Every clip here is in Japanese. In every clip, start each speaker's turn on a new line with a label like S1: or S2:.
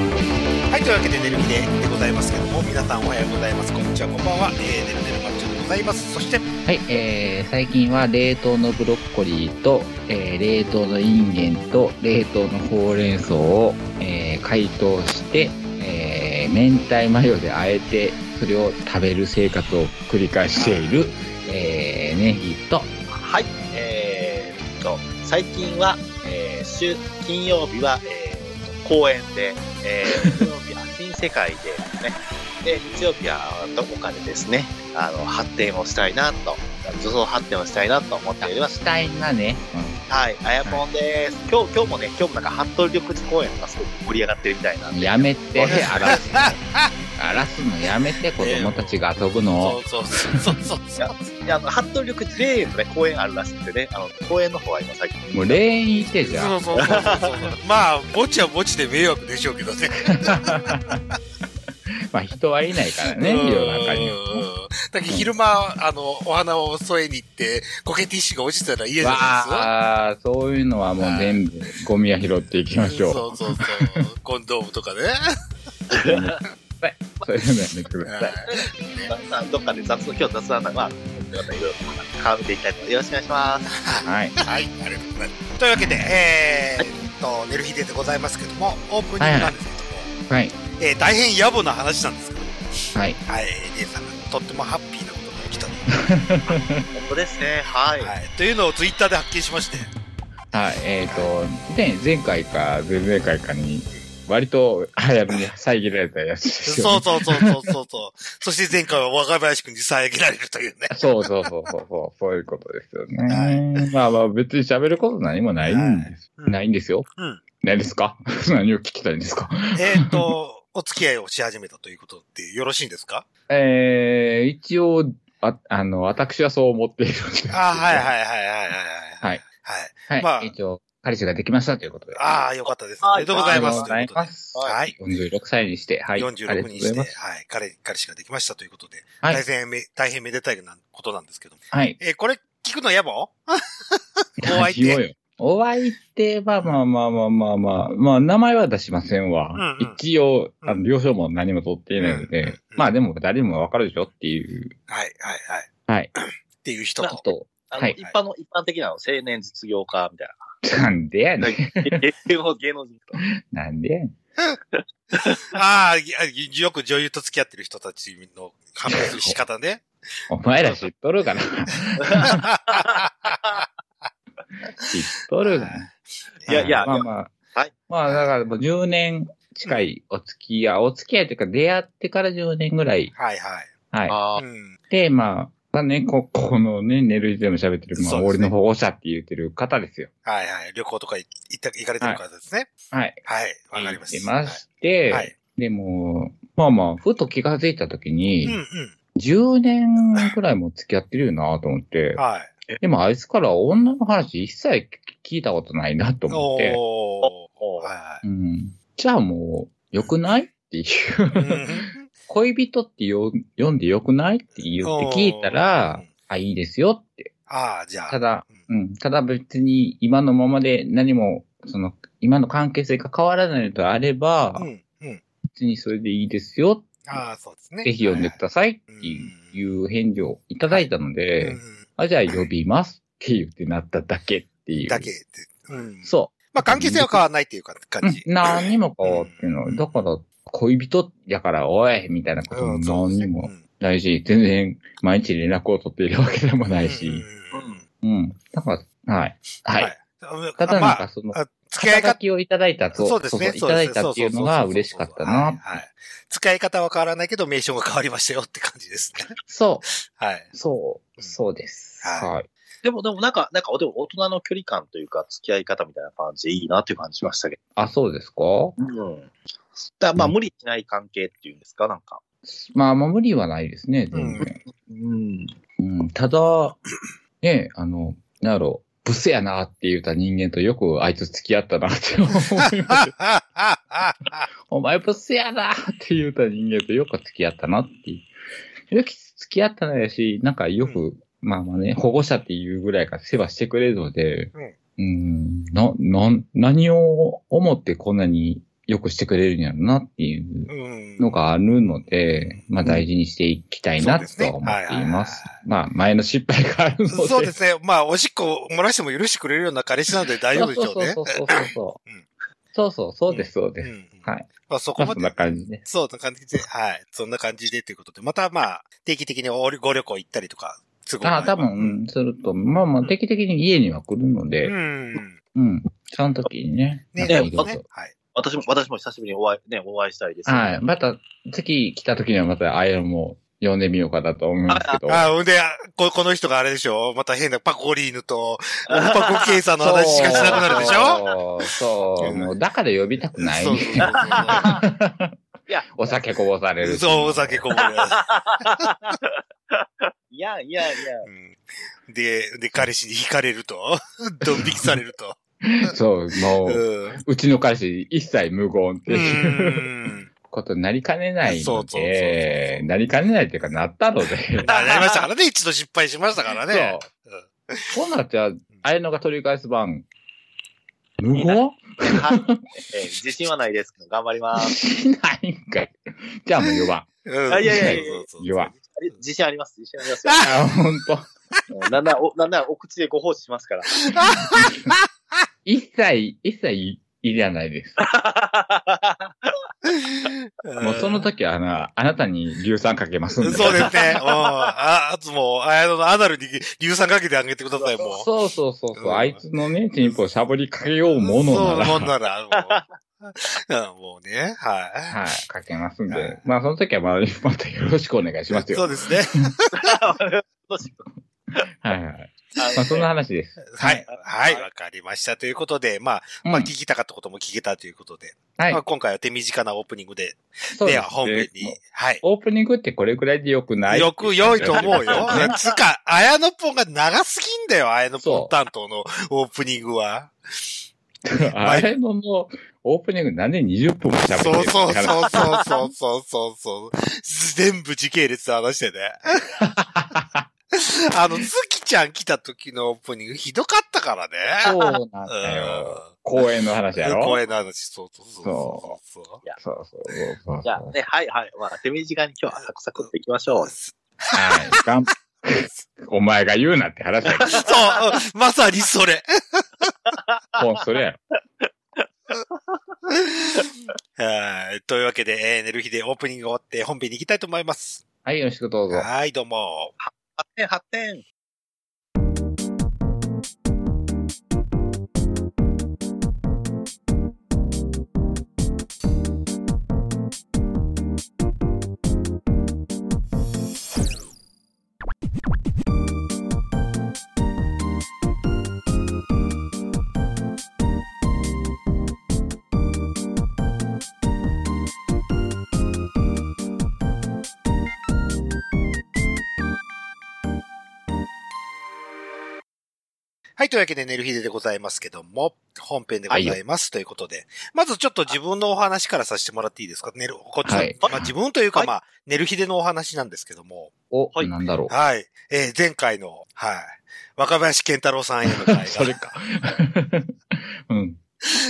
S1: いうわけで、寝る日ででございますけども、皆さんおはようございます。こんにちは、こんばんは。えー、寝る寝るマッチョでございます。そして、
S2: はい、えー、最近は冷凍のブロッコリーと、えー、冷凍のインゲンと冷凍のほうれん草を、えー、解凍して、えー、明太マヨで和えてそれを食べる生活を繰り返している、えー、ネギと
S3: はい、えー、っと、最近は、えー、週、金曜日は、えー、公園で、え ー、金曜日は新世界でね、で、日曜日はどこかでですね、あの、発展をしたいなと、女装発展をしたいなと思っております。
S2: 死体がね、
S3: はい、あやぽんです。今日、今日もね、今日もなんか、服部緑地公園がすごく盛り上がってるみたいなん
S2: うん、
S3: で。
S2: やめて
S3: そうです
S2: 荒らす荒らすのやめて子供たちが遊ぶのを、
S1: そうそうそうそうそう。
S3: いや、あの、服部緑地霊園のね、公園あるらしくてね、あの、公園の方は今最近、
S2: もう霊園行ってじゃ
S1: そ
S2: ん
S1: うそうそうそうそう。まあ、ぼちはぼちで迷惑でしょうけどね。
S2: まあ人はいないからね
S1: うん
S2: 世の中には。
S1: だけど昼間、あの、お花を添えに行って、コケティッシュが落ちてたら家じゃない
S2: わあ、そういうのはもう全部ゴミは拾っていきま
S1: です
S2: し
S1: か。
S2: ょ
S1: そうそうそう。コンドームとかね。
S2: う。そういうのやめてください。
S3: まあどっかで雑談、今日雑談なんか、まあ、またいろいろ絡めていきたいと思いますよろしくお願いします。
S2: はい。
S1: はい、ありがとうございます。というわけで、えー、っと、寝る日ででございますけども、オープニングなんですけども、
S2: はい。
S1: えー大変野暮な話なんですけど、
S2: はい。
S1: はい、姉さんがとってもハッピーなことが起きたと、
S3: 本当ですね。はい。
S1: はい、というのをツイッターで発見しま して、
S2: はい。えっ、と、ね、前回か前々回かに、割と早めに遮られたやつですよ、
S1: そ
S2: ね
S1: う。そうそうそうそう そう。そして前回は若林くんに遮られると いうね。
S2: そうそうそうそうそう、そういうことですよね。まあまあ別に喋ること何もないんです。
S1: はい
S2: ないんですよ。
S1: うん。
S2: 何ですか 何を聞きたいんですか
S1: えーっと、お付き合いをし始めたということでよろしいんですか
S2: えー、一応、あ、あの、私はそう思っているんですけど。
S1: あはいはいはいはいはい。
S2: はい。
S1: はい。
S2: はい。
S1: まあ
S2: 一応、彼氏ができましたということで。
S1: ああ、よかったです。お
S3: はい
S1: めでとうございます。
S2: ありがとうございます。
S1: はい。
S2: 46歳にして、はい。あり
S1: 46
S2: がと
S1: に
S2: うござ
S1: し
S2: い
S1: て、
S2: ま
S1: はい
S2: す。。
S1: 彼、彼氏ができましたということで、
S2: はい
S1: 大変め、大変めでたいなことなんですけど。
S2: はい。
S1: えーこれ聞くの野暮お相
S2: しよう
S1: 手。
S2: よ。お相手は、まあまあまあまあまあ、まあ、名前は出しませんわ。
S1: うんうん
S2: 一応、あ
S1: う
S2: の、
S1: ん
S2: 了承も何も取っていないので、
S1: うんうんうん
S2: まあでも誰もわかるでしょっていう。
S1: はいはいはい。
S2: はい。
S1: っていう人
S2: ちょ
S1: と
S2: っ。と、
S3: あの
S2: はい
S3: 一般の、一般的なの、青年実業家みたい
S2: なんでやね
S3: な。
S2: ん。
S3: 芸能芸能人と。
S2: なんでやねん。
S1: ああ、いやよく女優と付き合ってる人たちの判別する仕方 ね。
S2: お前ら知っとるかな知っとるかな
S3: はいいやいや
S2: まあまあ。
S3: はい
S2: まあ、だからもう10年近いお付き合い、お付き合いというか出会ってから10年ぐらい。
S1: はいは
S2: はい。
S3: あ
S1: い。うん。
S2: で、まあ、まあね、こ、 このね、寝る時でも喋ってる、まあ、
S1: そうです
S2: 俺
S1: ね
S2: の保護者って言ってる方ですよ。
S1: はいはい。旅行とか行った、行かれてる方ですね。
S2: はい。
S1: はい。わ、かりま
S2: 言って
S1: す。
S2: まして、
S1: はい。
S2: でも、まあまあ、ふと気がついた時
S1: うんう
S2: に、
S1: ん。
S2: 10年くらいも付き合ってるよなと思って、
S1: はい。
S2: でもあいつから女の話一切聞いたことないなと思って、
S1: お
S3: お
S1: ー。は
S2: うん、じゃあもう、良くないっていう、
S1: いはい。うん
S2: 恋人ってよ読んで良くないって 言って聞いたら
S1: う、ん
S2: あ、いいですよって。
S1: ああ、じゃあ。
S2: ただ、
S1: うん、
S2: うん。ただ別に今のままで何も、その、今の関係性が変わらないのであれば、
S1: うん。うん。
S2: 別にそれでいいですよ、
S1: ああ、そうですね。
S2: ぜひ呼んでくださいって
S1: はい
S2: いう
S1: うん
S2: いう返事をいただいたの
S1: はいはい
S2: で
S1: う、ん
S2: あ、じゃあ呼びますって言ってなっただけっていう。
S1: だけで。うん。
S2: そ
S1: まあ、関係性は変わらないっていうか
S2: う。う
S1: 感
S2: ん
S1: じ。
S2: 何にも変わってん
S1: う
S2: の。
S1: ん
S2: だから、恋人やから、おいみたいなこと
S1: う
S2: も
S1: ん、そうで
S2: 何
S1: す
S2: に
S1: ね
S2: もないし、全然毎日連絡を取っているわけでもないし。
S1: うんうんうん
S2: うん。だから、はい。はい。
S1: はい。
S2: ただ
S1: ま
S2: なん
S1: あ
S2: か、その、
S1: 付き合い
S2: 肩書
S1: 方、
S2: きをいただいたと、
S1: そうですね。
S2: い
S1: そ
S2: た
S1: う
S2: だ
S1: で
S2: い
S1: すね
S2: たっていうのが嬉しかった
S1: は。
S2: ない
S1: はい。使い方は変わらないけど、名称が変わりましたよって感じですね。
S2: そう、
S1: はい。
S2: そう、そうです。
S1: はい
S2: はい。
S3: でも、でもなんか、なんか、でも大人の距離感というか、付き合い方みたいな感じでいいなっていう感じしましたけ
S2: あ、そうですか
S3: ど。うん。だからまあ、無理しない関係っていうんですか、なんか。
S2: まあ、まあ、無理はないですね、全然。
S3: うん。
S2: うん、ただ、 ね、あの、なんやろう、ブスやなって言った人間とよくあいつ付き合ったなって思いますよお前ブスやなって言った人間とよく付き合ったなっていう。よく付き合ったのやし、なんかよく、まあまあね、保護者っていうぐらいから世話してくれるので、うん、な、な、何を思ってこんなに良くしてくれるんやろなっていう
S1: うん。
S2: のがあるので、まあ大事にしていきたいなとは思っています。まあ前の失敗があるので。
S1: そうですね。まあ、おしっこ漏らしても許してくれるような彼氏なんで大丈夫でしょうね。
S2: そうそうそうそう。
S1: うん
S2: そうそう、そうです、そう
S1: う
S2: です。
S1: ん。
S2: はい。
S1: まあ、そこ
S2: ま
S1: ま
S2: あそん
S1: で
S2: な。感じで。
S1: そうな感じで、はい。そんな感じでということで、またまあ、定期的におご旅行行ったりとか、すごい。
S2: ああ、多分、うんすると、まあまあ、定期的に家には来るの
S1: う
S2: で、
S1: ん。
S2: うん。その時にね。
S1: ね、
S2: な
S1: そ
S2: んか
S1: う
S2: い
S1: で
S2: ろ
S1: す
S2: い
S1: ね
S2: ろ。
S1: はい。
S3: 私も、私も久しぶりにお会い、ね、お会いしたいです。
S2: はい。また、次来た時にはまた、あやも呼んでみようかなと思うんですけど。
S1: ああ、ほんで、あこ、この人があれでしょまた変なパコリーヌと、パコケイさんの話しかしなくなるでしょ
S2: ょそうそう。もう、だから呼びたくない。
S1: そうそうそう
S2: お酒こぼされ
S1: そう。
S2: る。
S1: そう、お酒こぼれ。
S3: いやいやいや。
S1: うんで、で、彼氏に惹かれると、 ドン引きされると。
S2: そう、も
S1: う
S2: う、
S1: ん。う
S2: うちの彼氏一切無言っていう
S1: ー ん。
S2: ことになりかねない
S1: そう
S2: の
S1: そうそうそ
S2: で
S1: う、
S2: なりかねないっていうかなったので。
S1: ななりましたからね、一度失敗しましたからね。
S2: そう。こうなっちゃう、あやのが取り返す番、無言
S3: はいえー自信はないですけど、頑張ります。
S2: しないんかい。じゃあもう4番。
S1: うん
S3: あいやいやいやいや
S1: そうそうそう
S2: 弱
S3: あれ自信あります。自信あります
S2: あ、ほんと。
S3: よ。うんなんなら、おなんならお口でご奉仕しますから。
S2: 一切、一切いいらないです。もうその時はあの、あなたに硫酸かけますんで。
S1: そうですね。うん。あ、あともう、あの、アナルに硫酸かけてあげてください、もう。
S2: そうそうそうそ
S1: う
S2: う
S1: ん
S2: あいつのね、チンポをしゃぶりかけようものなら。
S1: そうもんなら、 もう。うんもうね、は
S2: はい、かけますん
S1: は
S2: で
S1: い。
S2: まあ、その時はまあまたよろしくお願いします
S1: い。そ
S2: よ。
S1: うですね。
S3: どうしよう
S2: はいはい。
S3: あ
S2: ま
S3: の
S2: あ、そんな話です。
S1: はい。は
S3: はい
S1: い、わかりました。ということで、まあ、
S2: うん
S1: まあ、聞きたかったことも聞けたということで、
S2: はい
S1: まあ、。今回は手短なオープニングで、
S2: そう
S1: で
S2: です
S1: は本編に、はい。
S2: オープニングってこれくらいでよくない
S1: よく良いと思うよ。
S2: ね
S1: つうか、綾野ポンが長すぎんだよ、綾野ポ
S2: そ
S1: ン
S2: う
S1: 担当のオープニングは。
S2: あれのもう、オープニングなんで20分も喋ってる
S1: そうそう
S2: う。
S1: そうそうそうそうそうそう。全部時系列で話してね。 あの、月ちゃん来た時のオープニングひどかったからね。
S2: そうなん
S1: う
S2: だよ。
S1: ん。
S2: 公演の話やろ
S1: 声の話、そうそうそうそうそう。
S2: そうそうそうそう。
S3: じゃあね、はいはい。まあ、手短に今日はサクサクっていきましょう。
S2: はい。がんお前が言うなって話だけど、
S1: そう、うんまさにそれ。
S2: もうそれやろ。
S1: はいというわけで、えー、寝る日でオープニング終わって本編に行きたいと思います。
S2: はい、よろしくどうぞ。
S1: はい、どうも。
S3: 発展発展
S1: はい、というわけで、寝る日ででございますけども、本編でございます。ということで、まずちょっと自分のお話からさせてもらっていいですか寝る、こっちの、
S2: はい
S1: まあ自分というか、
S3: はい
S1: まあ、寝る日でのお話なんですけども、
S2: お、
S3: はい
S2: なんだろう。
S1: はい、えー、前回の、はい、若林健太郎さんへの会
S2: それ
S1: が、
S2: か。うん。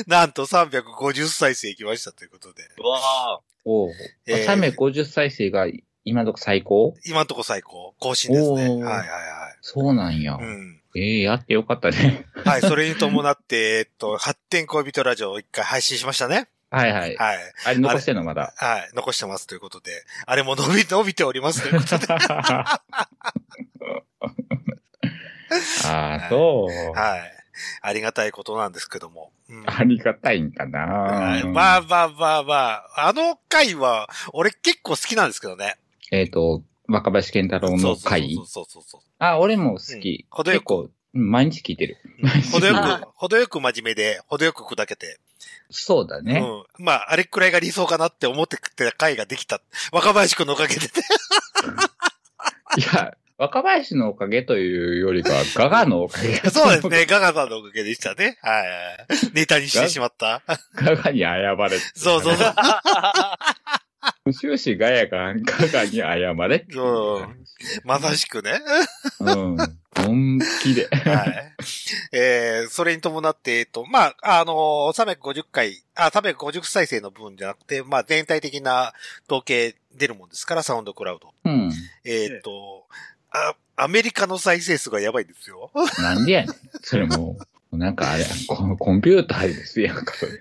S1: なんと350再生いきましたということで、
S3: うわ
S2: おう。
S1: えー
S2: 3名50再生が今のとこ最高
S1: 今んとこ最高、更新ですね。
S2: おー
S1: はいはいは
S2: そうなんや。
S1: い。うん。
S2: ええやってよかったね。
S1: はい、それに伴って、え っと、発展恋人ラジオを一回配信しましたね。
S2: はいはい。
S1: はい。
S2: あれ残してんのまだ。
S1: はい。残してますということで。あれも伸び、伸びておりますということで。
S2: ああ、そう。
S1: はい。ありがたいことなんですけども。うん
S2: ありがたいんか
S1: は。
S2: ない
S1: まあまあまあまあ。あの回は、俺結構好きなんですけどね。
S2: えっ、と、若林健太郎の回
S1: そうそうそうそう
S2: あ、俺も好き。
S1: うん程よ
S2: 結
S1: く
S2: 構、うん毎日聞いてる。
S1: そう。程よ
S3: はい
S1: く、程よく真面目で、程よく砕けて。
S2: そうだね。
S1: うん。まあ、あれくらいが理想かなって思ってた回ができた。若林くんのおかげでね。
S2: いや、若林のおかげというよりかは、ガガのおかげ。
S1: そう ですね。ガガさんのおかげでしたね。はいはい。ネタにしてしまった。
S2: ガガに謝れて。
S1: そうそうそう。
S3: ー
S2: 終始ガヤかんかがに謝れ。
S1: うん。まさしくね。
S2: うん。本気で。
S1: はい。えー、それに伴って、えっと、まあ、あのー、350回、あ、350再生の分じゃなくて、まあ、全体的な統計出るもんですから、サウンドクラウド。
S2: うん。
S1: えーっと、あ、アメリカの再生数がやばいんですよ。
S2: なんでやねん。それもう、なんかあれ、ココンピューターですやんか、それ。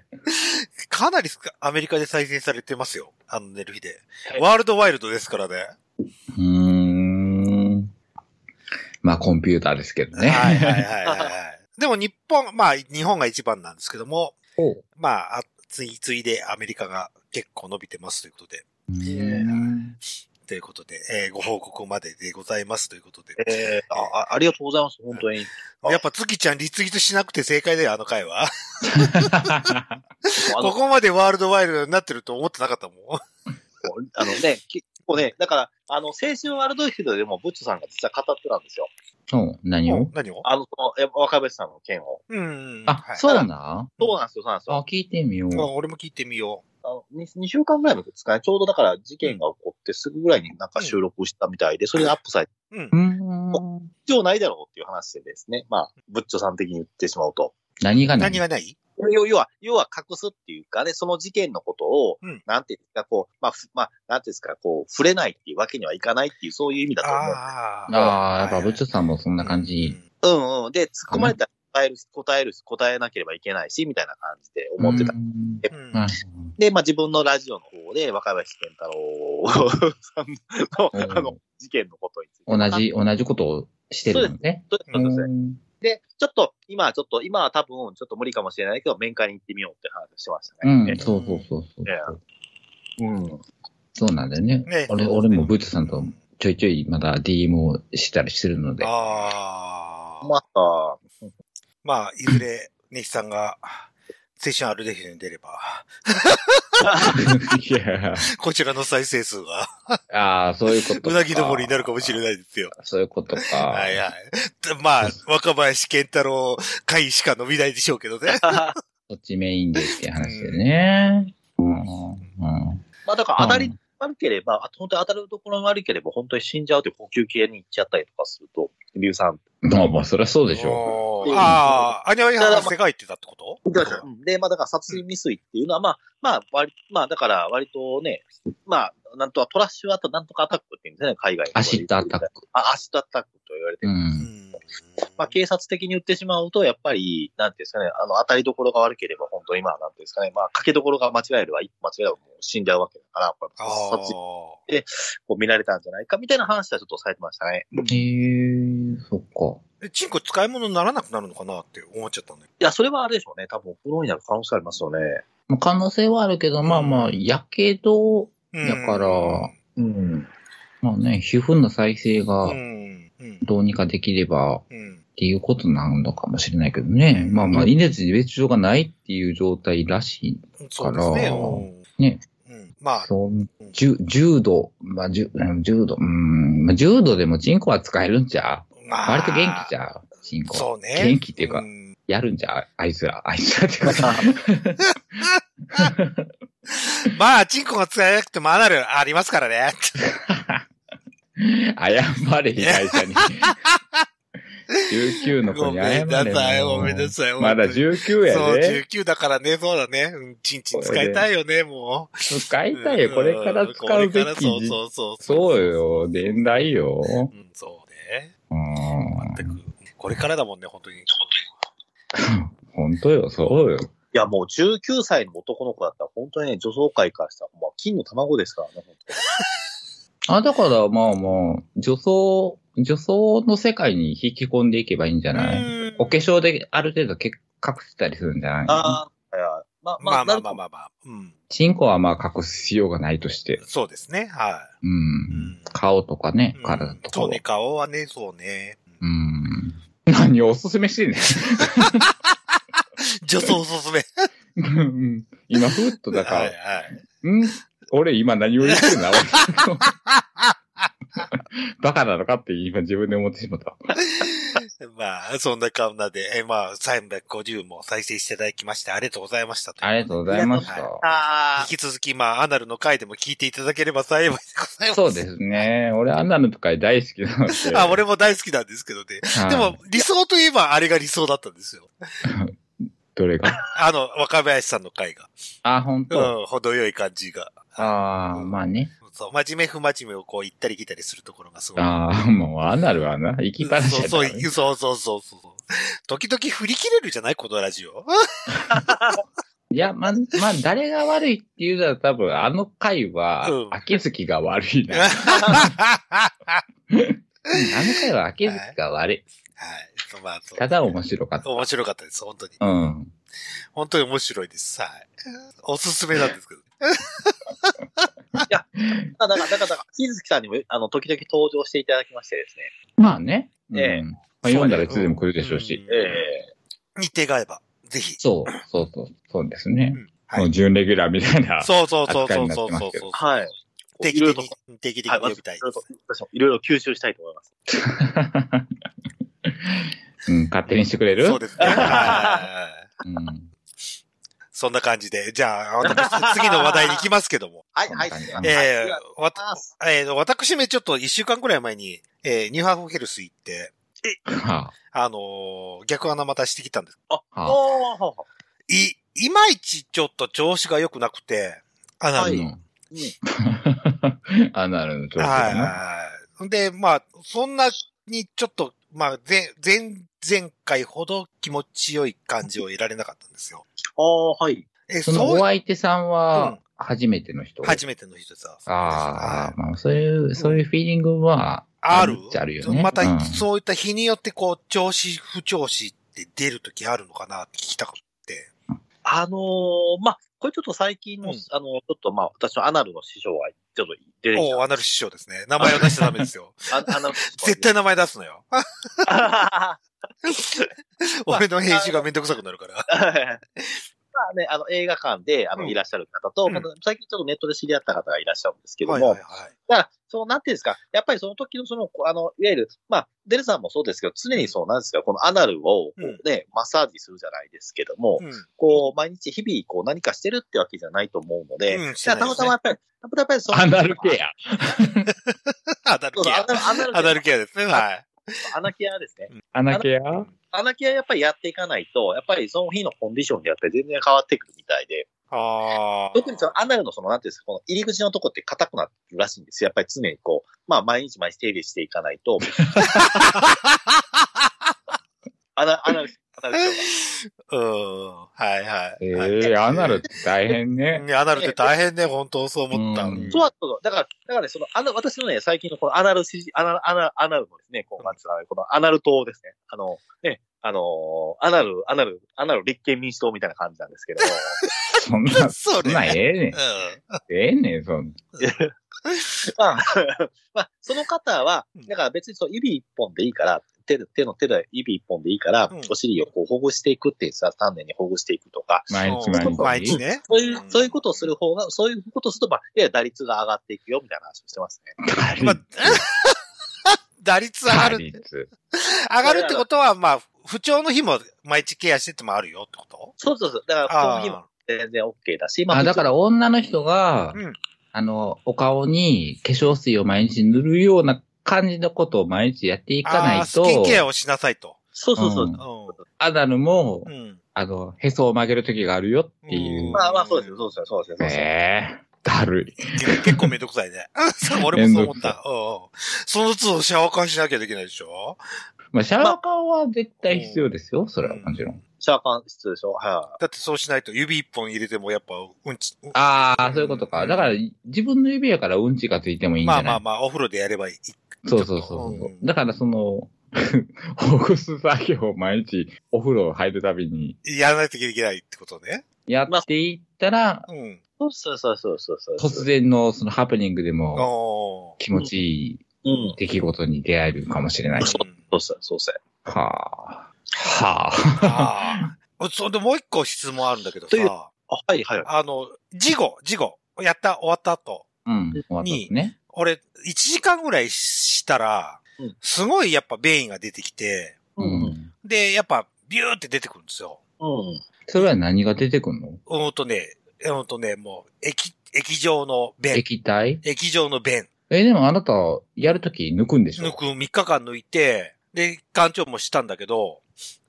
S1: かなりアメリカで再生されてますよ。あの、寝る日で
S3: は。い
S1: ワールドワイルドですからね。
S2: うーん。まあ、コンピューターですけど
S1: はい
S2: ね。
S1: はいはいはいはい。でも日本、まあ、日本が一番なんですけども、
S2: おう
S1: まあ、あついついでアメリカが結構伸びてますということで、
S2: うん
S1: ということで、えーご報告まででございますということで。
S3: えーああ、ありがとうございます、本当に。
S1: やっぱ月ちゃんリツイートしなくて正解だよ、あの回は。
S3: あ
S1: こ
S3: の、
S1: こまでワールドワイルドになってると思ってなかったもん。
S3: あのね、結構ね、だから、あの、青春ワールドフィールドでも、ブッチョさんが実は語ってたんですよ。
S2: そう、何を
S1: 何を
S3: あの、その、若林さんの件を。
S1: うん。
S2: あ、
S1: はい
S2: そうなん
S3: そうなんですよ、そうなんです
S2: あ、
S3: よ。
S2: 聞いてみよう。
S1: あ俺も聞いてみよ
S3: あの 2, 週間ぐらいのですかね、ちょうどだから事件が起こってすぐぐらいになんか収録したみたいで、それがアップされて、
S1: う。うん
S2: う。ーん
S3: 必要ないだろうっていう話でですね、まあ、ブッチョさん的に言ってしまうと。
S2: 何が
S1: 何
S2: 何
S1: がない
S3: 要要は、要は隠すっていうかね、その事件のことを、
S1: うん
S3: なんていうんですか、こう、まあ、ふまあ、なんていうんですか、こう、触れないっていうわけにはいかないっていう、そういう意味だと思う。
S1: あ
S2: ああ、やっぱ
S1: ぶ
S2: 部長さんもそんな感じ。
S3: うんうん。で、突っ込まれたら答える、答える、答えなければいけないし、みたいな感じで思ってた。
S2: うん
S1: うんうん
S2: なる
S3: で、まあ自分のラジオの方で、若林健太郎さんの、
S2: うん
S3: あの、事件のことについて。
S2: ほど同。じ、同じことをしてるのね。
S3: そうですそうです
S2: うん
S3: で、ちょっと、今はちょっと、今は多分、ちょっと無理かもしれないけど、面会に行ってみようって話をしてました
S2: う
S3: ね。
S2: ん、そうそうそうそう
S3: ええ。うん。
S2: そうなんだよね
S1: ね。
S2: 俺、
S1: そうです
S2: 俺
S1: ね
S2: もブーツさんとちょいちょいまだ DM をしたりしてるので。
S1: ああ。まあ、
S3: また、
S1: いずれ、ネヒさんが、青春アルデヒドに出れば、
S2: いや
S1: こちらの再生数が、
S2: ああ、そういうことか。
S1: うなぎ登りになるかもしれないですよ。
S2: そういうことか。
S1: はいはい。でまあ、若林健太郎会しか伸びないでしょうけどね。
S2: そっちメインでっていう話でね。うん。うん。
S3: まあだから当たり悪ければ、あと本当に当たるところが悪ければ、本当に死んじゃうという呼吸系に行っちゃったりとかすると、硫酸。
S2: まあまあ、そりゃそうでしょ。
S1: ょ
S3: うん
S1: ああ、アニメが世界ってたってこと
S3: うんで、まあだから殺人未遂っていうのは、まあ、まあ、割、まあだから割とね、まあ、なんとかトラッシュアタなんとかアタックっていうんですね、海外の
S2: アシッドアタック。
S3: あ、アシッドアタックと言われて
S2: う。
S3: る。
S1: うんん
S3: まあ、警察的に言ってしまうと、やっぱり、なんていうんですかね、あの、当たりどころが悪ければ、本当に、まあ、なんていうんですかね、まあ、かけどころが間違えれば、一歩間違えればもう死んじゃうわけだから、こ
S1: あ
S3: う殺人
S1: あ。
S3: を見られたんじゃないか、みたいな話はちょっとされてましたね。
S2: へえ、そっか。
S1: えチンコ使い物にならなくなるのかなって思っちゃったんだけ
S3: いや、それはあれでしょうね。多分、不能になる可能性ありますよね。
S2: まあ可能性はあるけど、まあまあ、やけど、
S1: ど。
S2: だから
S3: うん。
S2: まあね、皮膚の再生が
S1: うん。うん。
S2: どうにかできればっ
S1: うん。
S2: ていうことなのかもしれないけどね。まあまあ、命に別状がないっていう状態らし
S1: そうです
S2: か
S1: ね
S2: ら
S1: うん。
S2: ね
S1: うん。ま
S2: い。
S1: あ、
S2: そう、重重度、まあ、重うん重度、うん、まあ、重度でもチンコは使えるんじゃ
S1: ま
S2: 割と元気じゃうチンコ。
S1: そうね。
S2: 元気っていうか
S1: ん
S2: やるんじゃうあいつら、あいつらっていうか。
S1: まあ、チンコが使えなくてもアナルありますからね。
S2: 謝れ、被害 者に。19の
S1: ご
S2: 子に
S1: め
S2: 謝れ。
S1: んなさい、ごめんなさい。
S2: まだ
S1: 19
S2: 19や
S1: そう、
S2: で。
S1: 19だからね、そうだね。うん、チンチン使いたいよね、もう。
S2: 使いたいよ。これから
S1: ん
S2: 使う
S1: これ
S2: べ
S1: から
S2: き
S1: そう
S2: 時
S1: そうそう。
S2: そうよ、年代
S1: う
S2: よ。
S1: ん、そうね。
S2: うん。
S1: 全く。これからだもんね、本当に。
S2: 本当よ、そうよ。
S3: いや、もう19歳の男の子だったら、本当にね、女装界からしたら、まあ、金の卵ですからね、本当
S2: あ、だからまあまあ、女装、女装の世界に引き込んでいけばいいんじゃない
S1: うん
S2: お化粧である程度結隠してたりするんじゃない
S3: ああ、いや、まあま
S1: ま
S3: あ、
S1: あ
S3: ま
S1: ま
S3: あ
S1: あ
S3: ま
S1: まあ
S3: あま
S1: まあまあ。うん。
S2: チンコはまあ隠す必要がないとして。
S1: そうですね、は
S2: う
S1: い。
S2: ん。顔とかね
S1: う、ん
S2: 体とか
S1: そ
S2: を。
S1: うね、顔はね、そうね。
S2: う
S1: うん
S2: ん。何をおすすめしてんねん
S1: 女装おすすめ。
S2: うん今、ふっとだか
S1: はい
S2: ら、
S1: はい。
S2: ん俺今何を言ってんだ バカなのかって今自分で思ってしまった。
S1: まあ、そんなこんなで、えまあ、350も再生していただきまして、ありがとうございましたという
S2: ありがとうございまし
S1: ありが
S2: た。
S3: あ
S1: 引き続き、まあ、アナルの回でも聞いていただければ幸いでございます。
S2: そうですね。俺、アナルとか大好きなので。
S1: あ、俺も大好きなんですけどね。
S2: はい
S1: でも、、理想といえばあれが理想だったんですよ。
S2: どれが
S1: あの、若林さんの回が。
S2: あ、本当。
S1: うん、程よい感じが。
S2: ああ、まあね。
S1: そう、真面目不真面目をこう行ったり来たりするところがすごい。
S2: ああ、もうアナルはな、行きっぱなし
S1: そう
S2: や
S1: そう、
S2: からね
S1: そうそうそうそう。時々振り切れるじゃないこのラジオ。
S2: いや、ま、まあ、誰が悪いって言うなら多分、あの回は
S1: うん、
S2: 秋月が悪いな。うんあ
S1: は
S2: の回は秋月 が悪い。
S1: い。まあ、そう
S2: ただ面白かっ
S1: 面白かったです、本当に。
S2: た。うん。
S1: 本当に面白いです。はい。おすすめなんですけど。
S3: あ、だから、だから、だから、木月さんにも、あの、時々登場していただきましてですね。
S2: まあね。うん
S3: ええ
S2: まあ読んだらいつでも来るでしょうし。
S1: ん。日程が合えば、ぜひ。
S2: そう、そうそう、そうですね
S1: う。ん
S2: も
S1: は
S2: う
S1: い。
S2: 準レギュラーみたいな。
S1: そうそうそう
S2: 扱い
S1: そう
S2: になっ
S1: そう
S2: てま
S1: そ
S2: す
S1: う
S2: けど
S1: そう。
S3: はい。
S1: 定
S3: い
S1: 期
S3: ろい
S1: 的
S3: ろと
S1: に、定期的
S3: はい、
S1: に呼
S3: 私
S1: びたい
S3: い。ろいろと私もいろいろ吸収したいと思います。
S2: うん、勝手にしてくれる
S1: そうですね。はいはいはいはい
S2: うん。
S1: そんな感じで。じゃあ、私次の話題に行きますけども。
S3: はい、
S2: そん
S3: は。
S2: ない感じ
S3: はい
S1: え
S3: ありがとう
S1: ー、わ
S3: ございます
S1: えー、私めちょっと一週間くらい前に、えー、ニューハーフヘルス行って、
S2: は
S1: あのー逆穴またしてきたんです。
S2: あ、はあ。
S3: おー
S1: い、いまいちちょっと調子が良くなくて、あな
S3: は
S1: る
S3: い
S1: の。
S2: うん
S3: うん
S2: アナルの調子
S1: はい
S2: だ
S1: はい
S2: な。
S1: はい。で、まあ、そんなにちょっと、まあ、前、前、前回ほど気持ちよい感じを得られなかったんですよ。
S3: あー、はい。
S1: え、
S2: その
S1: そ
S2: お
S1: う、
S2: 相手さ
S1: う
S2: ん
S1: ん
S2: は、初めての人
S1: 初めての人さ。
S2: ああ
S1: はい、
S2: まあ、そういう、そういうフィーリングは、
S1: ある
S2: っちゃあるよね。
S1: また、
S2: うん
S1: そういった日によって、こう、調子、不調子って出るときあるのかなって聞きたかって。
S3: あのー、まあ、これちょっと最近の、
S1: うん
S3: あの、ちょっとまあ、私のアナルの師匠がちょっと出てき
S1: おうアナル師匠ですね。名前を出しちゃダメです よ。
S3: た。あアナルの師匠が
S1: 絶対名前出すのよ。
S3: ま
S1: 俺の編集がめんどくさくなるから。
S3: あね、あの、映画館で、あの、
S1: うん
S3: いらっしゃる方と、
S1: うん
S3: また最近ちょっとネットで知り合った方がいらっしゃるんですけども、
S1: はいはいはい。
S3: だから、その、なんていうんですか、やっぱりその時のその、こうあの、いわゆる、まあ、デルさんもそうですけど、常にそうなんですが、このアナルを、こうね、マッサージするじゃないですけども、
S1: うん。
S3: こう、毎日日々、こう、何かしてるってわけじゃないと思うので、
S1: うん
S3: じゃあたまたまやっぱり、たまたまやっぱりその、
S2: アナルケア。
S1: アナルケア。
S3: そうそうアナルアナル
S1: アナルケアですね。はい。
S3: アナケアですね。
S2: アナケア
S3: アナケアやっぱりやっていかないと、やっぱりその日のコンディションでやって全然変わってくるみたいで、
S1: ああ。
S3: 特にそのアナルのその、なんていうんですか、この入り口のとこって硬くなってるらしいんですよ。やっぱり常にこう、まあ毎日毎日手入れしていかないと、アナ、アナル、アナルって
S1: うん。はいはい。
S2: え
S1: はい
S2: えアナルって大変ね。
S1: アナルって大変ね、本当そう思った。
S2: うん
S1: うん
S3: そうそうそう。だから、だからね、その、あの、私のね、最近のこのアナル指示、アナル、アナル、アナルのですね、こう、なんつうのかな、このアナル党ですね。あの、ね、あのーアナル、アナル、アナル立憲民主党みたいな感じなんですけども。
S2: そんな、
S1: そ
S2: そんなんえ
S1: れ。う。ん。
S2: えねんええねん、そん
S3: まあ、まあ、その方は
S1: うん、
S3: だから別にその指一本でいいから、手で、手の手で指一本でいいから、
S1: うん
S3: お尻をこうほぐしていくっていうさ、丹念にほぐしていくとか、
S2: 毎日
S1: そう
S2: 毎
S1: 毎日
S2: 日。
S1: ね。
S3: そういう、そういう
S1: こ
S3: ことをする方が、そういうことをすると、まあ、いや、打率が上がっていくよ、みたいな話をしてますね。
S1: と。まあ打率上がる。
S2: る。
S1: 上がるってことは、まあ、不調の日も毎日ケアしてってもあるよってこと
S3: そうそうそう。だから、その日も全然 OK だし、ま
S2: あ、だから女の人が、
S1: うん
S2: あの、お顔に化粧水を毎日塗るような感じのことを毎日やっていかない
S1: あースキン
S2: と、
S1: ケアをしなさいと。
S3: そうそうそう。
S2: うん
S1: う
S2: アダルも、
S1: ん。うん。
S2: あの、へそを曲げる時があるよっていう。
S3: まあまあ、そうですよ、そうですよ、そうですよ。そうですよ
S2: ええだるい。
S1: 結構めんどくさいね。そう俺もそう思った。うんうん。その都度シャワー換しなきゃできないでしょ
S2: まあ、シャワー缶は絶対必要ですよ、それはもちろん。
S3: シャーカン室でしょは
S1: だってそうしないと指一本入れてもやっぱうんち、うん
S2: ああ、そういうことか。だから、自分の指やからうんちがついてもいいんじ
S1: ま
S2: ゃな
S1: あ
S2: い
S1: まあまあ、お風呂でやればいい。
S2: そうそうそうそう。
S1: うん
S2: だから、その、 ほぐす作業を毎日お風呂入るたびに
S1: やらないといけないってことね。
S2: やっていったら、
S1: うん。
S3: い。そうそうそうそうそうそう。
S2: 突然のそのハプニングで
S1: お
S2: も
S1: ー
S2: 気持ちいい
S3: うん。
S2: 出来事に出会えるかもしれない。
S1: うん
S3: そうそうそうそう。
S2: はあ。はあ。
S1: ああ。そんでもう一個質問あるんだけど
S3: という
S1: さ、
S3: あ、はいはい。
S1: あの、事後、事後、やった、終わった後、
S2: うん。終わったですね。
S1: 俺、1時間ぐらいしたら
S3: うん、
S1: すごいやっぱ便意が出てきて、
S2: うん。
S1: で、やっぱ、ビューって出てくるんですよ。
S3: うん。
S2: それは何が出てくんの
S1: うーんとね、うーんとね、もう、液、液状の便。
S2: 液体
S1: 液状の便。
S2: え、でもあなた、やるとき抜くんでしょ
S1: 抜く、3日間抜いて、で、館長もしたんだけど、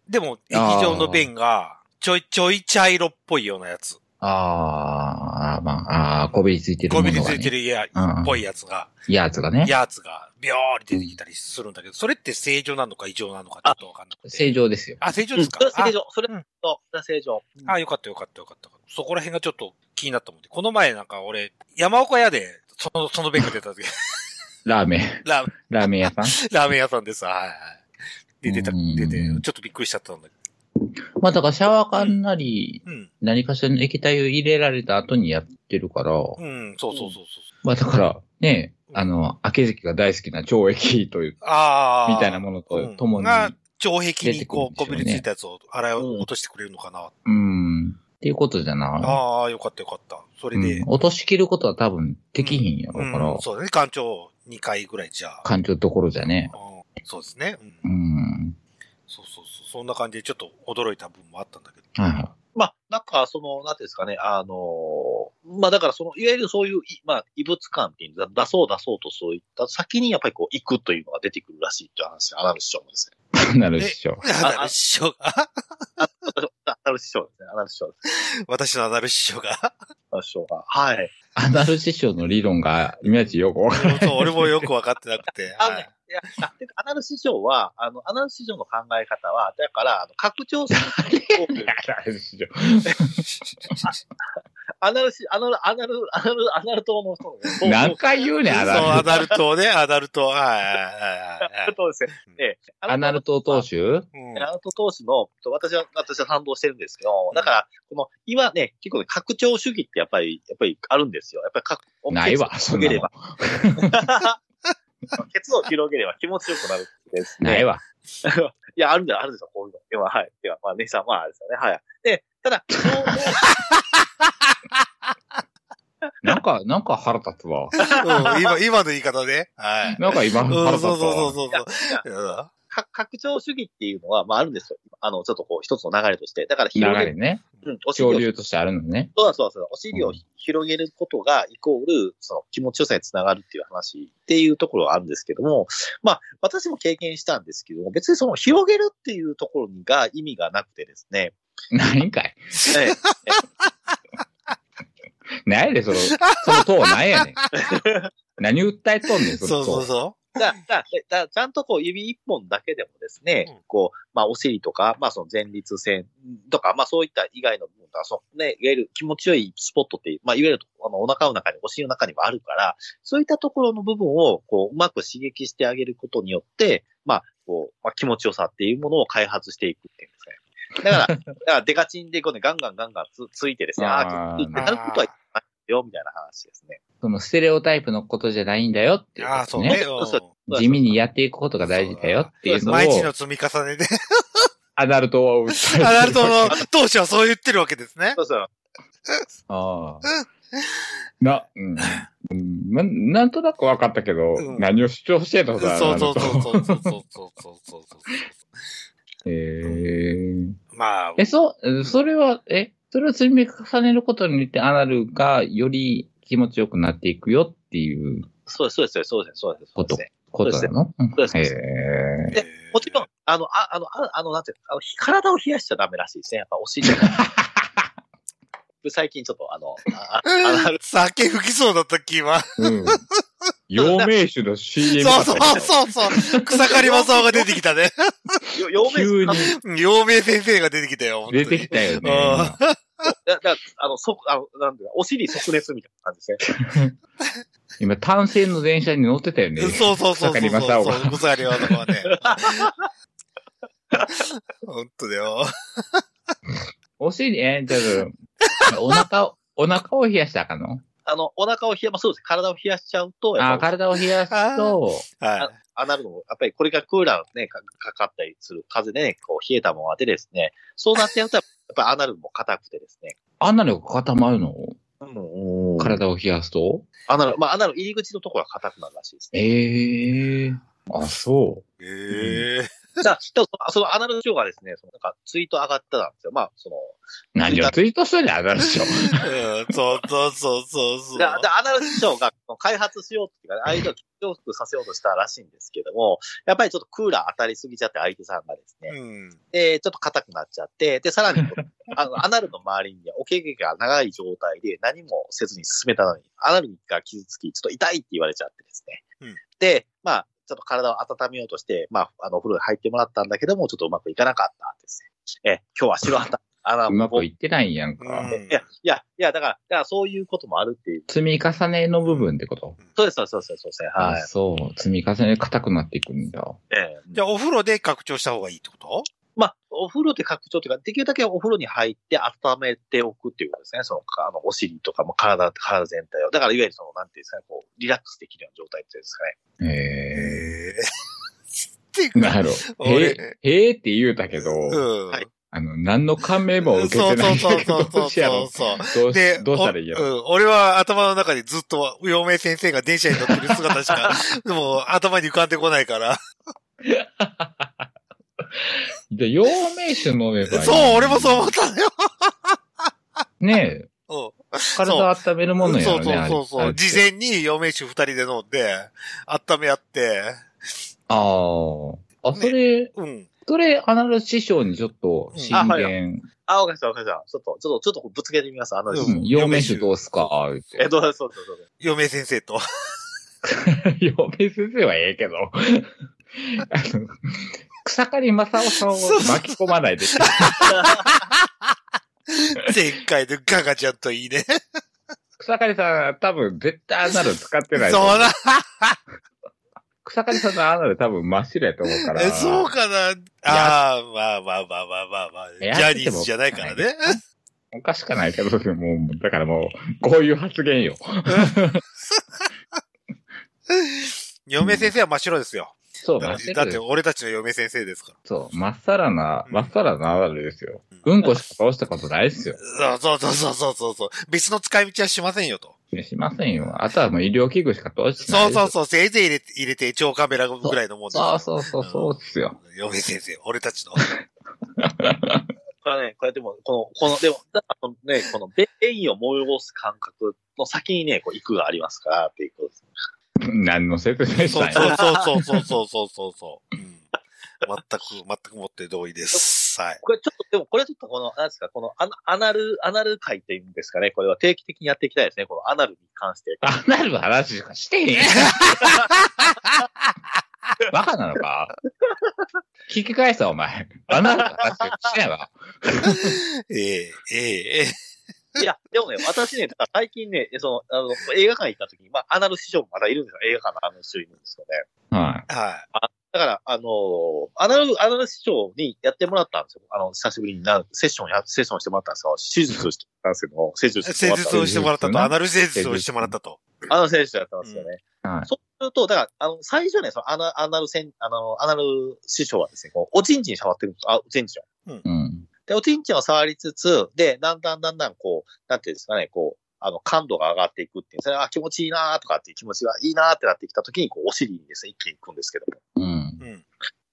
S1: でも、液状の便が、ちょいちょい茶色っぽいようなやつ。
S2: あーあー、まあ、あーこびりついてる
S1: ゴ
S2: もの
S1: ミ
S2: が、ね。
S1: についてるや、っ
S2: うん
S1: ぽいやつが、
S2: やつがね。
S1: やつが、ビョーって出てきたりするんだけど、それって正常なのか異常なのかちょっとわかんなくて。
S2: 正常ですよ。
S1: あ、正常
S3: うん
S1: です
S3: そ
S1: か
S3: れは正
S1: あ
S3: 常。それ
S1: うん
S3: と、それは正常。
S1: あ、よかったよかったよかった。そこら辺がちょっと気になったもんで。この前なんか俺、山岡屋で、その、その弁が出た時、
S2: ラーメン、
S1: ラー
S2: ラーメン屋 さん。
S1: ラーメン屋さんです。はいはい。で、出た、
S2: うん
S1: 出て、ちょっとびっくりしちゃったんだけ
S2: まあだからシャワー缶なり、
S1: ど。うん。
S2: 何かしらの液体を入れられた後にやってるから、
S1: うん、そうそうそうそう。
S2: まあだから、ね、あの、秋月が大好きな懲液という、
S1: ああ。
S2: みたいなものと
S1: うん
S2: ともに、
S1: が障壁にこう、
S2: 出て
S1: こ
S2: くる
S1: び
S2: んでしょうね
S1: りついたやつを洗い落としてくれるのかな。
S2: うん、っていうことじゃな。
S1: ああ、よかったよかった。それで
S2: うん、落としきることは多分できひんやろうから、
S1: うん、そうだね。館長2回ぐらいじゃあ。
S2: 感情どころじゃね。
S1: うんそうですね。う。
S2: うんん。
S1: そうそうそう。そんな感じでちょっと驚いた部分もあったんだけど。
S2: はいは
S3: まあ、なんか、その、なんていうんですかね、あのーまあ、だから、その、いわゆるそういうい、まあ、異物感っていうのだ出そう出そうとそういった先に、やっぱりこう、行くというのが出てくるらしいっていう話、アナル師匠もですね。
S2: い。なるでしょ。
S1: ア ナル師匠が、
S3: アナル師匠ですね、アナル師匠です。
S1: 私のアナル師匠が。
S3: アナル師匠が。はい。
S2: アナル師匠の理論が、いまいちよくわかんない
S1: そう、俺もよくわかってなく て。
S3: あ
S1: は
S3: の
S1: い
S3: ね、いや、あてかアナル師匠は、あの、アナル師匠の考え方は、だから、あの拡張する方 法。
S2: アナル師匠。
S3: アナル師、アナル、アナル、アナル、アナル党の人のね
S2: 何回言うねん、
S1: そ
S2: ア
S1: う、
S2: ナ
S1: ア
S2: ル。
S1: ダルトね、アダルト。はいはい
S3: アナ
S1: は
S3: ル党ですね。ええ
S2: アナルト党首
S1: い
S3: ア
S1: はい。
S3: ナル党投資の、私は、私は賛同してるんですけど、だから、この、今ね、結構ね、拡張主義ってやっぱり、やっぱりあるんですよ。やっぱり拡、
S2: ないわ、そ
S3: 広
S2: んな
S3: げれ
S2: の
S3: ば。。結を広げれば気持ちよくなるんですね。
S2: ないわ。
S3: いや、あるんだよ、あるんですよ、こういうの。では、はい。では、まあ、姉さん、まあ、あれですよね。はい。で、ただ、
S2: なんか、なんか腹立つ
S1: う
S2: わ。
S1: ん今、今の言い方ね。はい。
S2: なんか今
S1: うん
S2: 腹
S1: そう
S2: 立つ
S1: そうそ
S2: わ
S1: う。そううん。
S3: か拡張主義っていうのは、まあ、あるんですよ。あの、ちょっとこう、一つの流れとして。だから、
S2: 流
S3: 広げ
S2: れ
S3: る。
S2: ね。
S3: うん、お尻を
S2: 潮流としてあるのね。
S3: そうだそうだそうだ。お尻
S2: う
S3: を
S2: ん
S3: 広げることが、イコール、その気持ちよさにつながるっていう話っていうところはあるんですけども、まあ、私も経験したんですけども、別にその広げるっていうところが意味がなくてですね、
S2: 何回
S3: ええ
S2: 何やで、その、その党何や ねん。何訴えとんねん、そ
S1: そうそ
S2: の
S1: う
S2: 党。
S1: そ
S3: だだだちゃんとこう指一本だけでもですね、
S1: うん
S3: こう、まあお尻とか、まあその前立腺とか、まあそういった以外の部分とか、そのね、いわゆる気持ちよいスポットっていう、まあいわゆるあのお腹の中に、お尻の中にもあるから、そういったところの部分をこううまく刺激してあげることによって、まあこう、まあ、気持ちよさっていうものを開発していくっていうんですかね。だから、だからデカチンでこうね、ガンガンガンガンつついてですね、ああー、ちょっとついてなることはいいよ、みたいな話ですね。
S2: そのステレオタイプのことじゃないんだよって
S1: う。
S2: いう
S1: ああ、
S2: こ
S1: そ
S2: と
S1: う
S2: ね。
S1: ね。
S3: そうそうう
S2: 地味にやっていくことが大事だよっていうんのを、
S1: 毎日の積み重ねで。
S2: アダルトを訴えてる
S1: アダルトの当初はそう言ってるわけですね。
S3: そうそう。
S2: ああ。な、うん。うんななんとなく分かったけど、
S1: うん
S2: 何を主張してた
S1: そ
S2: の
S1: う
S2: か
S1: そうそう
S2: な
S1: そう
S2: と
S1: そうそうそうそうそうそう。
S2: えー
S1: まあ、
S2: え、そう、それは、え、それを積み重ねることによってアナルがより気持ちよくなっていくよっていう
S3: そうです、そうです、そうです、そうです。そうですね
S2: ことなの
S3: うです
S2: へ
S3: そうです
S2: え。
S3: でもちろん、あの、ああの、ああの、なんていうのあの、体を冷やしちゃダメらしいですね。やっぱお尻が。最近ちょっと、あの、あああのある
S1: 酒吹きそうだった気は。
S2: うん。陽明酒の CM だ
S1: そう
S2: った
S1: そう
S2: けど
S1: そうそう。草刈正雄が出てきたね。
S3: よ陽明
S2: 急に
S1: 陽明先生が出てきたよ。本当に
S2: 出てきたよね。
S1: あ
S3: だだあの、そ、あの、なんていうのお尻即熱みたいな感じですね。
S2: 今、単線の電車に乗ってたよね。
S1: そうそうそうそう。
S2: 草刈正雄
S1: そう草刈正雄は ね。本当だよ。
S2: お尻、え、じゃあ、お腹を、 お腹を冷やしたらあかんの
S3: あの、お腹を冷や、まあそうです。体を冷やしちゃうと、
S2: あ
S3: や
S2: あ、
S3: っぱり
S2: 体を冷やすと、
S1: はい。
S3: アナルの、やっぱりこれがクーラーね、かかかったりする風でね、こう冷えたものでですね、そうなってやると、やっぱりアナルも硬くてですね。
S2: アナルが固まるの
S3: うん、
S2: 体を冷やすと
S3: アナル、まあアナル入り口のところが硬くなるらしいですね。
S2: ええあ、そう。
S1: ええ
S3: じゃあ、でもそのそのアナログ賞がですね、そのなんかツイート上がったんですよ。まあ、その、
S2: 何をツイートしたらあるで しょ。
S1: うんそうそうそうそうそう。
S3: で、でアナログ賞がその開発しようっていうか、ね、相手を重複させようとしたらしいんですけども、やっぱりちょっとクーラー当たりすぎちゃって相手さんがですね、
S1: うん。
S3: で、ちょっと硬くなっちゃって、で、さらにこう、あの、ア ナルの周りにおけげが長い状態で何もせずに進めたのに、アナルが傷つき、ちょっと痛いって言われちゃってですね。
S1: うん
S3: で、まあ、ちょっと体を温めようとして、まあ、あの、お風呂に入ってもらったんだけども、ちょっとうまくいかなかったんですね。え、今日は白旗、あの、
S2: うまく
S3: い
S2: いってないんやん
S1: う
S2: か
S1: ん。
S3: や、いや、いや、だから、だからそういうこともあるっていう。
S2: 積み重ねの部分ってこと
S3: そうです、そうです、そうです、そうです。は
S2: あ
S3: い。
S2: そう。積み重ねで硬くなっていくんだ。
S3: ええ
S1: じゃあ、お風呂で拡張した方がいいってこと
S3: まあ、お風呂で拡張というか、できるだけお風呂に入って温めておくっていうことですね。その、あの、お尻とか、も体、体全体を。だから、いわゆるその、なんていうんですかね、こう、リラックスできるような状態っていうんですかね。
S2: へ
S1: ええ。 っていうか
S2: え。なるほど。へ
S1: 俺
S2: え、へえって言うたけど、
S1: うん。
S3: はい
S2: あの、何の感銘も受けてないんだけど、どうしやろう。
S1: そう。
S2: どう
S1: で
S2: し、どうしたらいいや
S1: お
S2: ろ。
S1: うん、俺は頭の中でずっと、陽明先生が電車に乗ってる姿しか、 でも頭に浮かんでこないから。
S2: じゃあ、陽明酒飲めばいい。
S1: そう、俺もそう思ったのよ。
S2: ねえ、
S1: うん
S2: 体温めるものや
S1: そ
S2: ろ
S1: う
S2: ね。
S1: そう
S2: あれ
S1: そうそう。事。前に嫁酒二人で飲んで、温め合って、
S2: あれあー。あ、それ、
S1: うん。
S2: それ、アナル師匠にちょっと、進
S3: うんあはい
S2: 言、
S3: あ、わかりました、わかりました。ちょっと、ちょっと、ちょっとぶつけてみます、あの、
S1: う
S2: うんん、陽明酒どうすか言う
S3: え、
S2: て。
S3: どうぞそうそうそうそう。
S1: 嫁先生 と。
S2: 陽明先生はええけど。あの、草刈正雄さんを巻き込まないで。
S1: 前回のガガちゃんといいね。
S2: 草刈さん、多分、絶対アナル使っ
S1: そ
S2: て
S1: う
S2: ない。
S1: な、
S2: 草刈さんのアナル多分真っ白やと思うから。
S1: えそうかな。ああ、まあまあまあまあまあまあ。ジ
S2: や
S1: ャニーズじゃないからね。
S2: おかしくないけど、でももう、だからもう、こういう発言よ。
S1: 嫁先生は真っ白ですよ。
S2: そう、
S1: だ
S2: 真っ
S1: って、
S2: 白
S1: だっ
S2: で
S1: て
S2: す。
S1: 俺たちの嫁先生ですから。
S2: そう、まっさらな、
S1: うん
S2: まっさらなアナルですよ。
S1: う
S2: うんこしか倒したことないですよ。
S1: そうそうそうそうそうそう。別の使い道はしませんよと。
S2: しませんよ。あとはもう医療器具しか倒してない
S1: そう
S2: ですよ。
S1: そうそう。せいぜい入れて、入れて、超カメラぐらいのもんです
S2: そうそうそう、そうっすよ。
S1: 嫁先生、俺たちの。
S3: これはね、これでも、この、この、でも、だあのね、この、便意を催す感覚の先にね、こう、行くがありますから、っていうことです。
S2: 何の説明し
S1: そ
S2: た
S1: うん
S2: や。
S1: そうそうそうそうそうそう。うん、全く、全くもって同意です。はい。
S3: これちょっと、でもこれちょっとこの、なんですか、このアナ、アナル、アナル会っていうんですかね、これは定期的にやっていきたいですね、このアナルに関して。
S2: アナルの話しかしてへんやん。バカなのか聞き返した、お前。アナルの話しかしてないわ。
S1: えええええ
S3: いや、でもね、私ね、だから最近ね、その、あの、映画館行った時に、まあ、アナル師匠もまだいるんですよ。映画館のアナル師匠いるんですよね。
S2: は
S1: えは
S3: だから、あのーアナル、アナル師匠にやってもらったんですよ。あの、久しぶりにな、セッションや、セッションしてもらったんですよ。手術をしてもらったんですけども、施術
S1: い。
S3: して
S1: 施
S3: もらっ
S1: 術
S3: た
S1: をしてもらったと、
S2: な
S1: アナル施術をしてもらったと。
S3: アナル施術やったんですよね。
S2: い。はい。
S3: そうすると、だから、あの、最初ね、そのアナ、アナルせん、あの、アナル師匠はですね、こう、おちんちん触ってるんですあ、おちんちんを。
S2: うん。
S3: で、おちんちんを触りつつ、で、だんだんだんだんこう、なんていうんですかね、こう、あの、感度が上がっていくっていう、それあ、気持ちいいなーとかっていう気持ちがいいなーってなってきた時に、こう、お尻にですね、一気に行くんですけど
S2: うん。
S1: うん。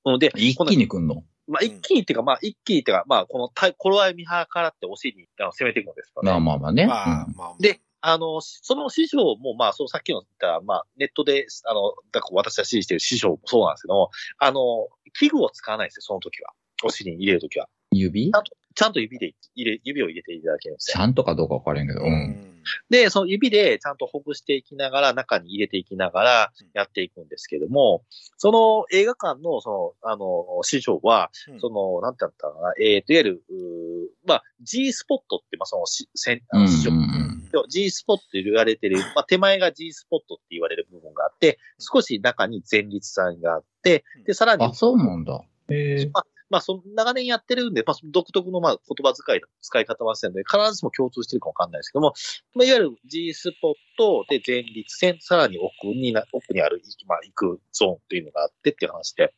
S3: も。うんで、
S2: 一
S3: この
S2: 気に来んの
S3: まあ、一気にっていうか、まあ、一気にっていうか、まあ、この体、頃合い見計らってお尻にあの攻めていくんですよね
S2: まあまあまあね。
S1: まあ
S2: うん、
S1: まあ。
S3: で、あの、その師匠も、まあ、そのさっきの言った、まあ、ネットで、あの、だから私が支持している師匠もそうなんですけども、あの、器具を使わないんですよ、その時は。お尻に入れる時は。
S2: 指
S3: ちゃんと指で入れ、指を入れていただけるんです
S2: ち
S3: よ。
S2: ゃんとかどうかわからんけど。う。
S1: うんん。
S3: で、その指でちゃんとほぐしていきながら、中に入れていきながらやっていくんですけども、その映画館の、その、あの、師匠は、
S1: うん
S3: その、なんて言ったのかな、えーと、いわゆる、うーまあ、G スポットって、まあ、そのし、せん、あ
S2: うん。う
S3: の師匠
S2: ん。
S3: G スポットと言われてる、まあ、手前が G スポットって言われる部分があって、少し中に前立腺があって、で、さらに
S2: あ、、そうなんだ。へえ。
S3: まあ、その長年やってるんで、まあ、その独特のまあ言葉遣い、使い方はしてるので、必ずしも共通してるかわかんないですけども、まあ、いわゆる G スポットで前立腺、さらに奥にな、奥にある、まあ、行くゾーンっていうのがあってっていう話で、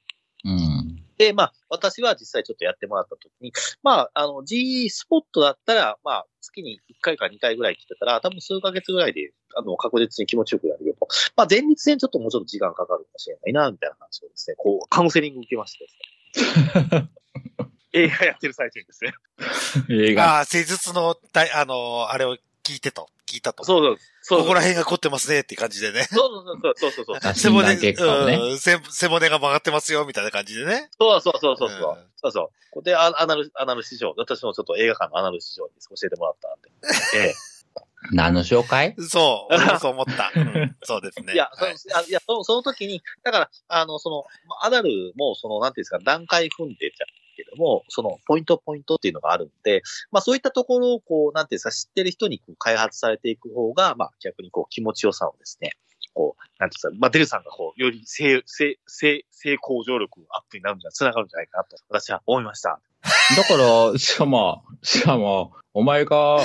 S2: うん。
S3: で、まあ、私は実際ちょっとやってもらったときに、まあ、あの、G スポットだったら、まあ、月に1回か2回ぐらい来てたら、多分数ヶ月ぐらいで、あの、確実に気持ちよくやるよと。まあ、前立腺ちょっともうちょっと時間かかるかもしれないな、みたいな話をですね、こう、カウンセリング受けましてですね。映画やってる最中にですね。
S2: 映画。
S1: ああ、施術の大、あのーあれを聞いてと、聞いたと。
S3: そうそう。
S1: ここら辺が凝ってますねって感じでね。
S3: そうそうそうそうそうそう。
S2: あ診断結果をね
S1: うん背背骨が曲がってますよ、みたいな感じでね。
S3: そうそうそうそうそ
S1: う
S3: う。
S1: ん
S3: そうそう。ここでアアナル、アナル市場、私もちょっと映画館のアナル市場に教えてもらったんで。ええ
S2: 何の紹介
S1: そう、俺もそう思った。うんそうですね。
S3: いや、そ
S1: はい
S3: あいやそのその時に、だから、あの、その、まあアナルも、その、なんていうんですか、段階踏んでちゃうけども、その、ポイントポイントっていうのがあるんで、まあそういったところを、こう、なんていうんですか、知ってる人にこう開発されていく方が、まあ逆にこう、気持ちよさをですね、こう、なんていうんですか、まあデルさんがこう、より性、性、性、性向上力アップになるんじゃ、つながるんじゃないかなと、私は思いました。
S2: だから、しかも、しかも、お前が、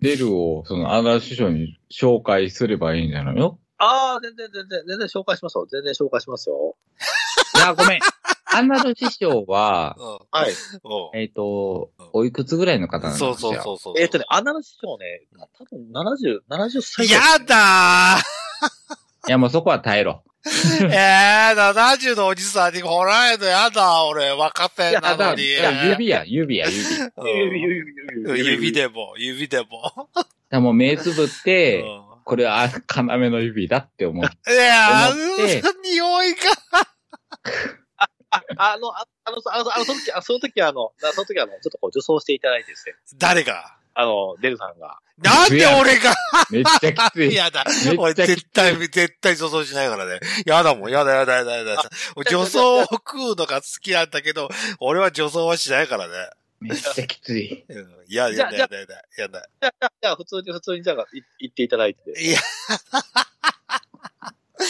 S2: デルを、その、アナ師匠に紹介すればいいんじゃないの
S3: ああ、全然全然、全然紹介しますよ。全然紹介しますよ。
S2: いや、ごめん。アナル師匠は
S1: う、ん
S3: はい。
S1: うん
S2: えっ、と、おいくつぐらいの方なんです
S1: そ
S2: よ。
S1: うそうそうそう。
S3: えっ、とね、アナル師匠ね、多分70、70歳ぐらい。
S1: やだ
S2: いや、もうそこは耐えろ。
S1: ーえー、70のおじさんに来られるのやだ、俺、若手
S2: た
S1: なの
S2: だ、
S1: に。
S2: いや指や、指や、指。だか
S1: うん
S3: 指、指、指、
S1: 指。でも、指でも。
S2: らもう目つぶっ
S1: うん
S2: て、これは、要の指だって思う。
S1: いやー、
S2: 思って
S1: 匂いが。
S3: あ、あの、ああの、あの、あの、その時、あその時あの、なその時あの、ちょっとこう、女装していただいてですね、
S1: 誰が
S3: あの、デルさんが。
S1: なんで俺が
S2: めっちゃきつい。
S1: やだ
S2: めっちゃきつ。い
S1: 俺絶対、絶対女装しないからね。やだもん、やだやだやだやだ。女装を食うのが好きなんだけど、俺は女装はしないからね。
S2: めっちゃきつい。
S1: うん、いや、
S3: じゃ
S1: やだ
S3: あ
S1: やだやだ。やだ。
S3: じゃあ、じゃあじゃあ、普通に、普通に、じゃあ、い行っていただいて。
S1: いや、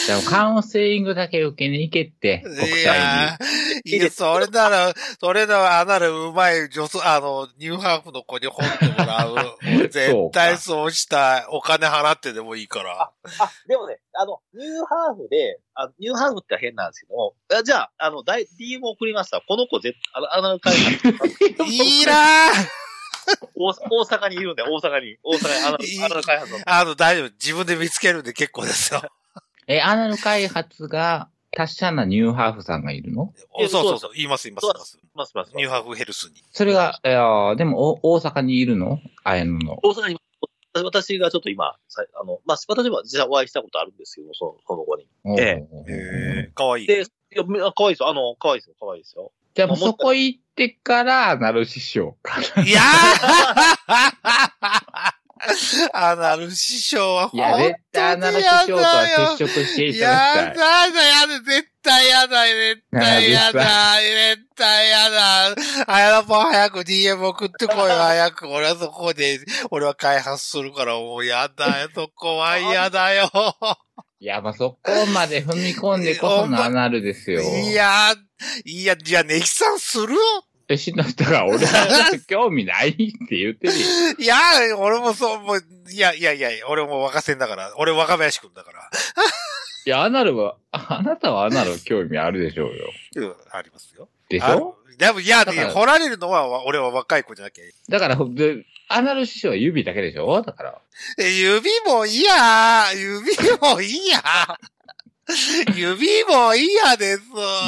S2: でもカウンセリングだけ受けに行けって、国
S1: い
S2: 際
S1: や、いや、それなら、それなら、あなるうまい女装、あの、ニューハーフの子に掘ってもらう。もう絶対そうしたい。お金払ってでもいいから。
S3: あ、でもね、あの、ニューハーフで、あニューハーフって変なんですけども、あじゃあ、あの、大 DM 送りました。この子、絶あの、アナル会議、
S1: いいなー
S3: 大 大阪にいるんで、大阪に。大阪に、あの、あの開発の。
S1: あの、大丈夫。自分で見つけるんで結構ですよ。
S2: に。え、アナル開発が、達者なニューハーフさんがいるの
S1: そう
S3: えそう
S1: そうそう。言います、言います、言います。
S3: ますます。
S1: ニューハーフヘルスに。
S2: それが、いやでも、お大阪にいるのあやのの。
S3: 大阪に、私私がちょっと今、さあの、まあ、私も実際お会いしたことあるんですけども、その、その後に。え
S1: へえ、かわいい。
S3: で、いや、めあ可愛いですよ。あの、可愛いですよ。可愛いですよ。
S2: じゃあもうそこ行ってから、なる師匠かな。
S1: いやー アナル師匠は本
S2: い
S1: 当にやだよ。
S2: や、絶対なる師匠とは接触していただ
S1: やだや
S2: きたい。
S1: だ、絶対やだ、絶対やだ、絶対やだ。あやらぽん早く DM 送ってこいよ、早く。俺はそこで、俺は開発するから、もうやだよ、そこはやだよ。
S2: いや、まあそこまで踏み込んでこそのアナルですよ。
S1: いや、いや、じゃあ、ネキさんする
S2: え、死んだ人が俺は興味ないって言ってるよ。
S1: いや、俺もそう、もう、いや、いやいや、俺も若戦だから。俺若林くんだから。
S2: いや、アナルは、ああなたはアナル興味あるでしょうよ。
S1: うん、ありますよ。
S2: でし
S1: あ
S2: ょ
S1: でも、いや、
S2: だから
S1: 掘られるのは、わ俺は若い子じゃなきゃい
S2: だから、でアナル師匠は指だけでしょだから。
S1: けない。え指もいいや指もいいや指もいいやです。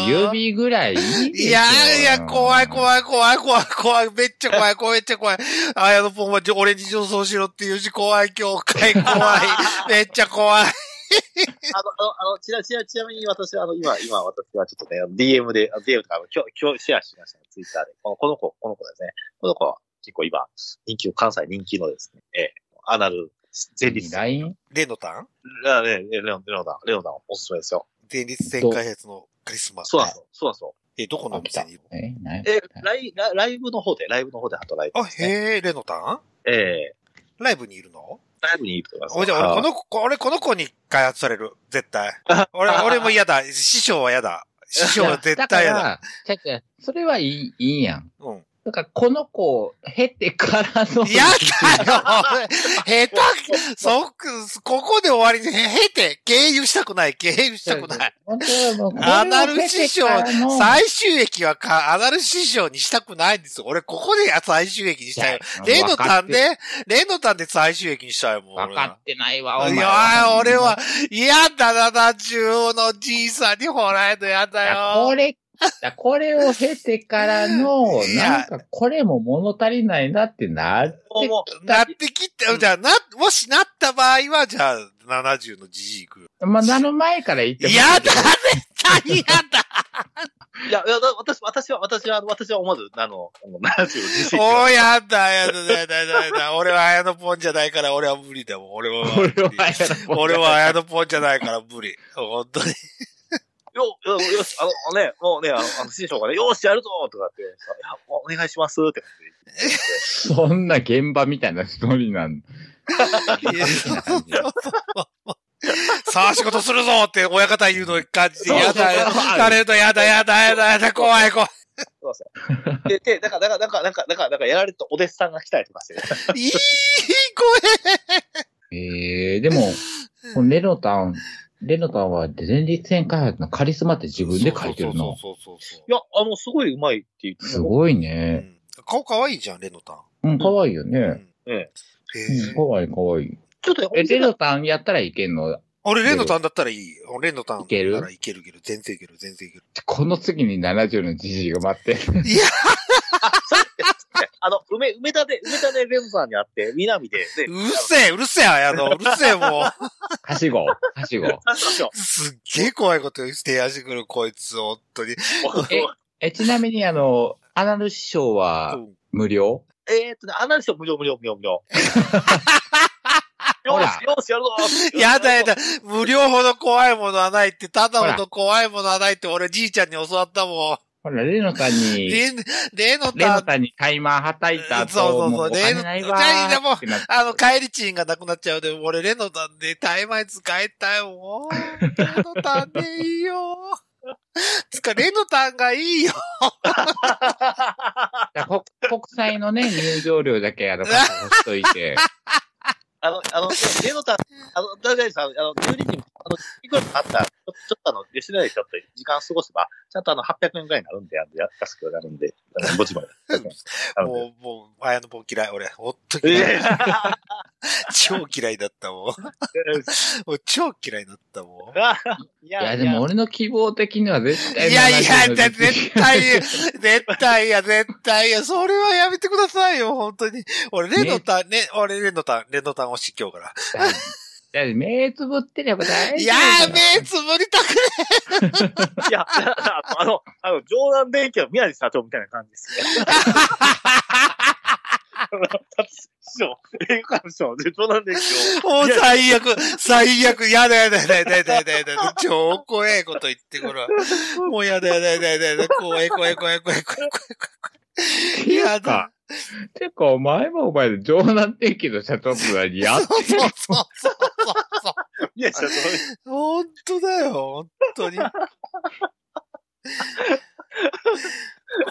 S2: 指ぐらいいいでしょ
S1: いやいや、怖い怖い怖い怖い怖い。めっちゃ怖い怖いめっちゃ怖い。あやのぽんはじょ俺に上層しろっていうし怖い今日怖い怖 い。めっちゃ怖い。
S3: あの、あの、あの、ちな、ちな、ちなみに私は、あの、今、今、私はちょっとね、あの DM で、あ DM とか、あの今日、今日シェアしましたね、ツイッターで。このこの子、この子ですね。この子は、結構今、人気の、関西人気のですね、ええ、アナル、前立腺。
S2: LINE?
S1: レノタン
S3: あねレレオン、レオンダン、レオンダン、おすすめですよ。
S1: 前立腺開発のクリスマス。
S3: そうなんですよ。そうなんですよ。
S1: え、どこのお店に
S2: え、何
S3: え、ライラライブの方で、ライブの方で働いて
S1: あ、
S3: ますね。
S1: へえ、レノタン
S3: ええ
S1: ライブにいるの
S3: ライブにいると思いますよ。
S1: おじゃあ俺、
S2: あー
S1: この子、俺、この子に開発される。絶 対。俺、俺も嫌だ。師匠は嫌だ。師匠は絶対嫌
S2: や
S1: だ。
S2: だ。ちゃちゃ、それはいい、いいやん。
S1: うん。
S2: だから、この子を経てからの。
S1: 嫌だよ下手、そっく、ここで終わりに、へ、へて、経由したくない、経由したくない。
S2: 本当はもうこれを
S1: アナル師匠
S2: 経てからの、
S1: 最終益はか、アナル師匠にしたくないんですよ。俺、ここで最終益にしたいよ。レノタンで、レノタンで最終益にしたいもん。
S2: 分
S1: 俺
S2: か
S1: は
S2: ってないわ、お前。
S1: いやー、俺は、嫌だな、中央のじいさんに掘られるのやだ
S2: いや。こ
S1: よ。
S2: れ、だこれを経てからの、
S1: い
S2: な
S1: や
S2: んかこれも物足りないなってなって
S3: もうもう
S1: なってきて、じゃあ、な、もしなった場合は、じゃあ、70のじじいく。
S2: まあ、なる前から言って
S1: やだ
S2: も
S1: 絶対や だ
S3: いや、いやだ私、私は、私は、私は思わず、あの、あの70を実践
S1: おー、やだ、やだ、やだ、やだ、や だ。俺は綾野ポンじゃないから、俺は無理だもん。俺は無理。
S2: 俺はやだ
S1: 俺は綾野ポンじゃないから無理。本当 に。
S3: よ、よ、よし、あの、ね、もうね、あの、あの師匠がね、よーし、やるぞとかって、いや、お願いしますって感
S2: そんな現場みたいなストーリーなん
S1: さあ、仕事するぞって親方言うの感じで、
S2: そう
S1: やだ、
S2: そうそう
S1: やれるとやだ、やだ、やだ、やだ、怖い、怖い。
S3: じで。で、で、だから、だから、だから、だから、だから、やられるとお弟子さんが来たりとかして、
S1: いい、怖い。
S2: ええでも、このレノタン、レノタンは前立腺開発のカリスマって自分で書いてるの。
S1: そうそうそうそう
S3: いや、あの、すごいうまいって言って、
S2: すごいうね。
S1: ん顔可愛いじゃん、レノタン。
S2: うん、かわいいよ
S1: う
S2: ね。
S1: ん
S3: え
S2: うん、
S1: へ
S2: か
S1: ー
S2: わいいかわいい。
S3: ちょっとね、
S2: え、レ
S3: 本
S2: ノタンやったらいけんの
S1: 俺、レノタンだったらいい。俺レノタンだっ
S2: いける
S1: たらいけるけど、全然いける、全然いける。
S2: この次に70のじじいが待って。
S3: 当にねあの、梅、梅田で、梅田でレンさんに会って、南で、で、
S1: うるせえ、うるせえ、綾野。うるせえ、もう。
S2: はしご、はしご。
S3: あのそうそう
S1: すっげえ怖いことしてやしてくる、こいつ、本当に。
S2: ええ、ちなみにあの、アナル師匠は
S1: うん
S2: 無料
S3: えーっとね、あんなにしよ無料、無料、無料、無料。
S2: ほ
S3: よ
S2: ら
S3: し、よし、やるぞ
S1: やだやだ、無料ほど怖いものはないって、ただほど怖いものはないって、俺じいちゃんに教わったもん。
S2: ほら、レノタンに、レ
S1: レレノタ
S2: ノ
S1: ン、
S2: タンにタイマーはたいた後、
S1: そうそうそう
S2: もお金ない
S1: レ
S2: わ
S1: ノ
S2: ーってなって。
S1: あの、帰り賃がなくなっちゃうで、俺レノタンでタイマイ使いたいもん。レノタンでいいよ。つか、レノタンがいいよ。
S2: だから国国際のね、入場料だけ、あの、確保しといて。
S3: あの、あの、レノタン、あの、大丈夫です。あの、あの、12時に、あの、いくらかあったら、ちょちょっとあの、吉野家でちょっと時間過ごせば、ちゃんとあの、800円ぐらいになるんで、あの、や安くなるんで、あの、ぼちぼち。あの
S1: もう、もう、綾野ポン嫌い、俺。ほっと
S3: え
S1: 嫌い。
S3: えあ
S1: 超嫌いだった もん。もう超嫌いだったもん。
S3: い
S2: い
S3: や
S2: や、でも、俺の希望的には絶対
S1: いやい
S2: 70
S1: や、
S2: の
S1: ぜ
S2: 時期
S1: 絶 対、絶対いや、絶対いや、それはやめてくださいよ、本当に。俺、レノタン、ね、俺、レノタン、レノタンをし今日から。
S2: だだって目つぶってれば大丈夫。
S1: いやー、目つぶりたく
S3: いや、あの、あの、冗談電気の宮地社長みたいな感じですね。あの師匠、映画館師匠、冗談電気
S1: もう最悪、最悪、やだやだやだやだやだやだやだ、超怖えこと言ってくるわ。もうやだやだやだやだやだ、怖い怖い怖い怖い怖い怖い怖い怖い。やだ。
S2: てか、お前もお前で冗談定期の社長プラにやっ
S1: そう
S2: て
S1: そうそうそうそう。
S3: を、宮地社長に
S1: 本当だよ、本当に。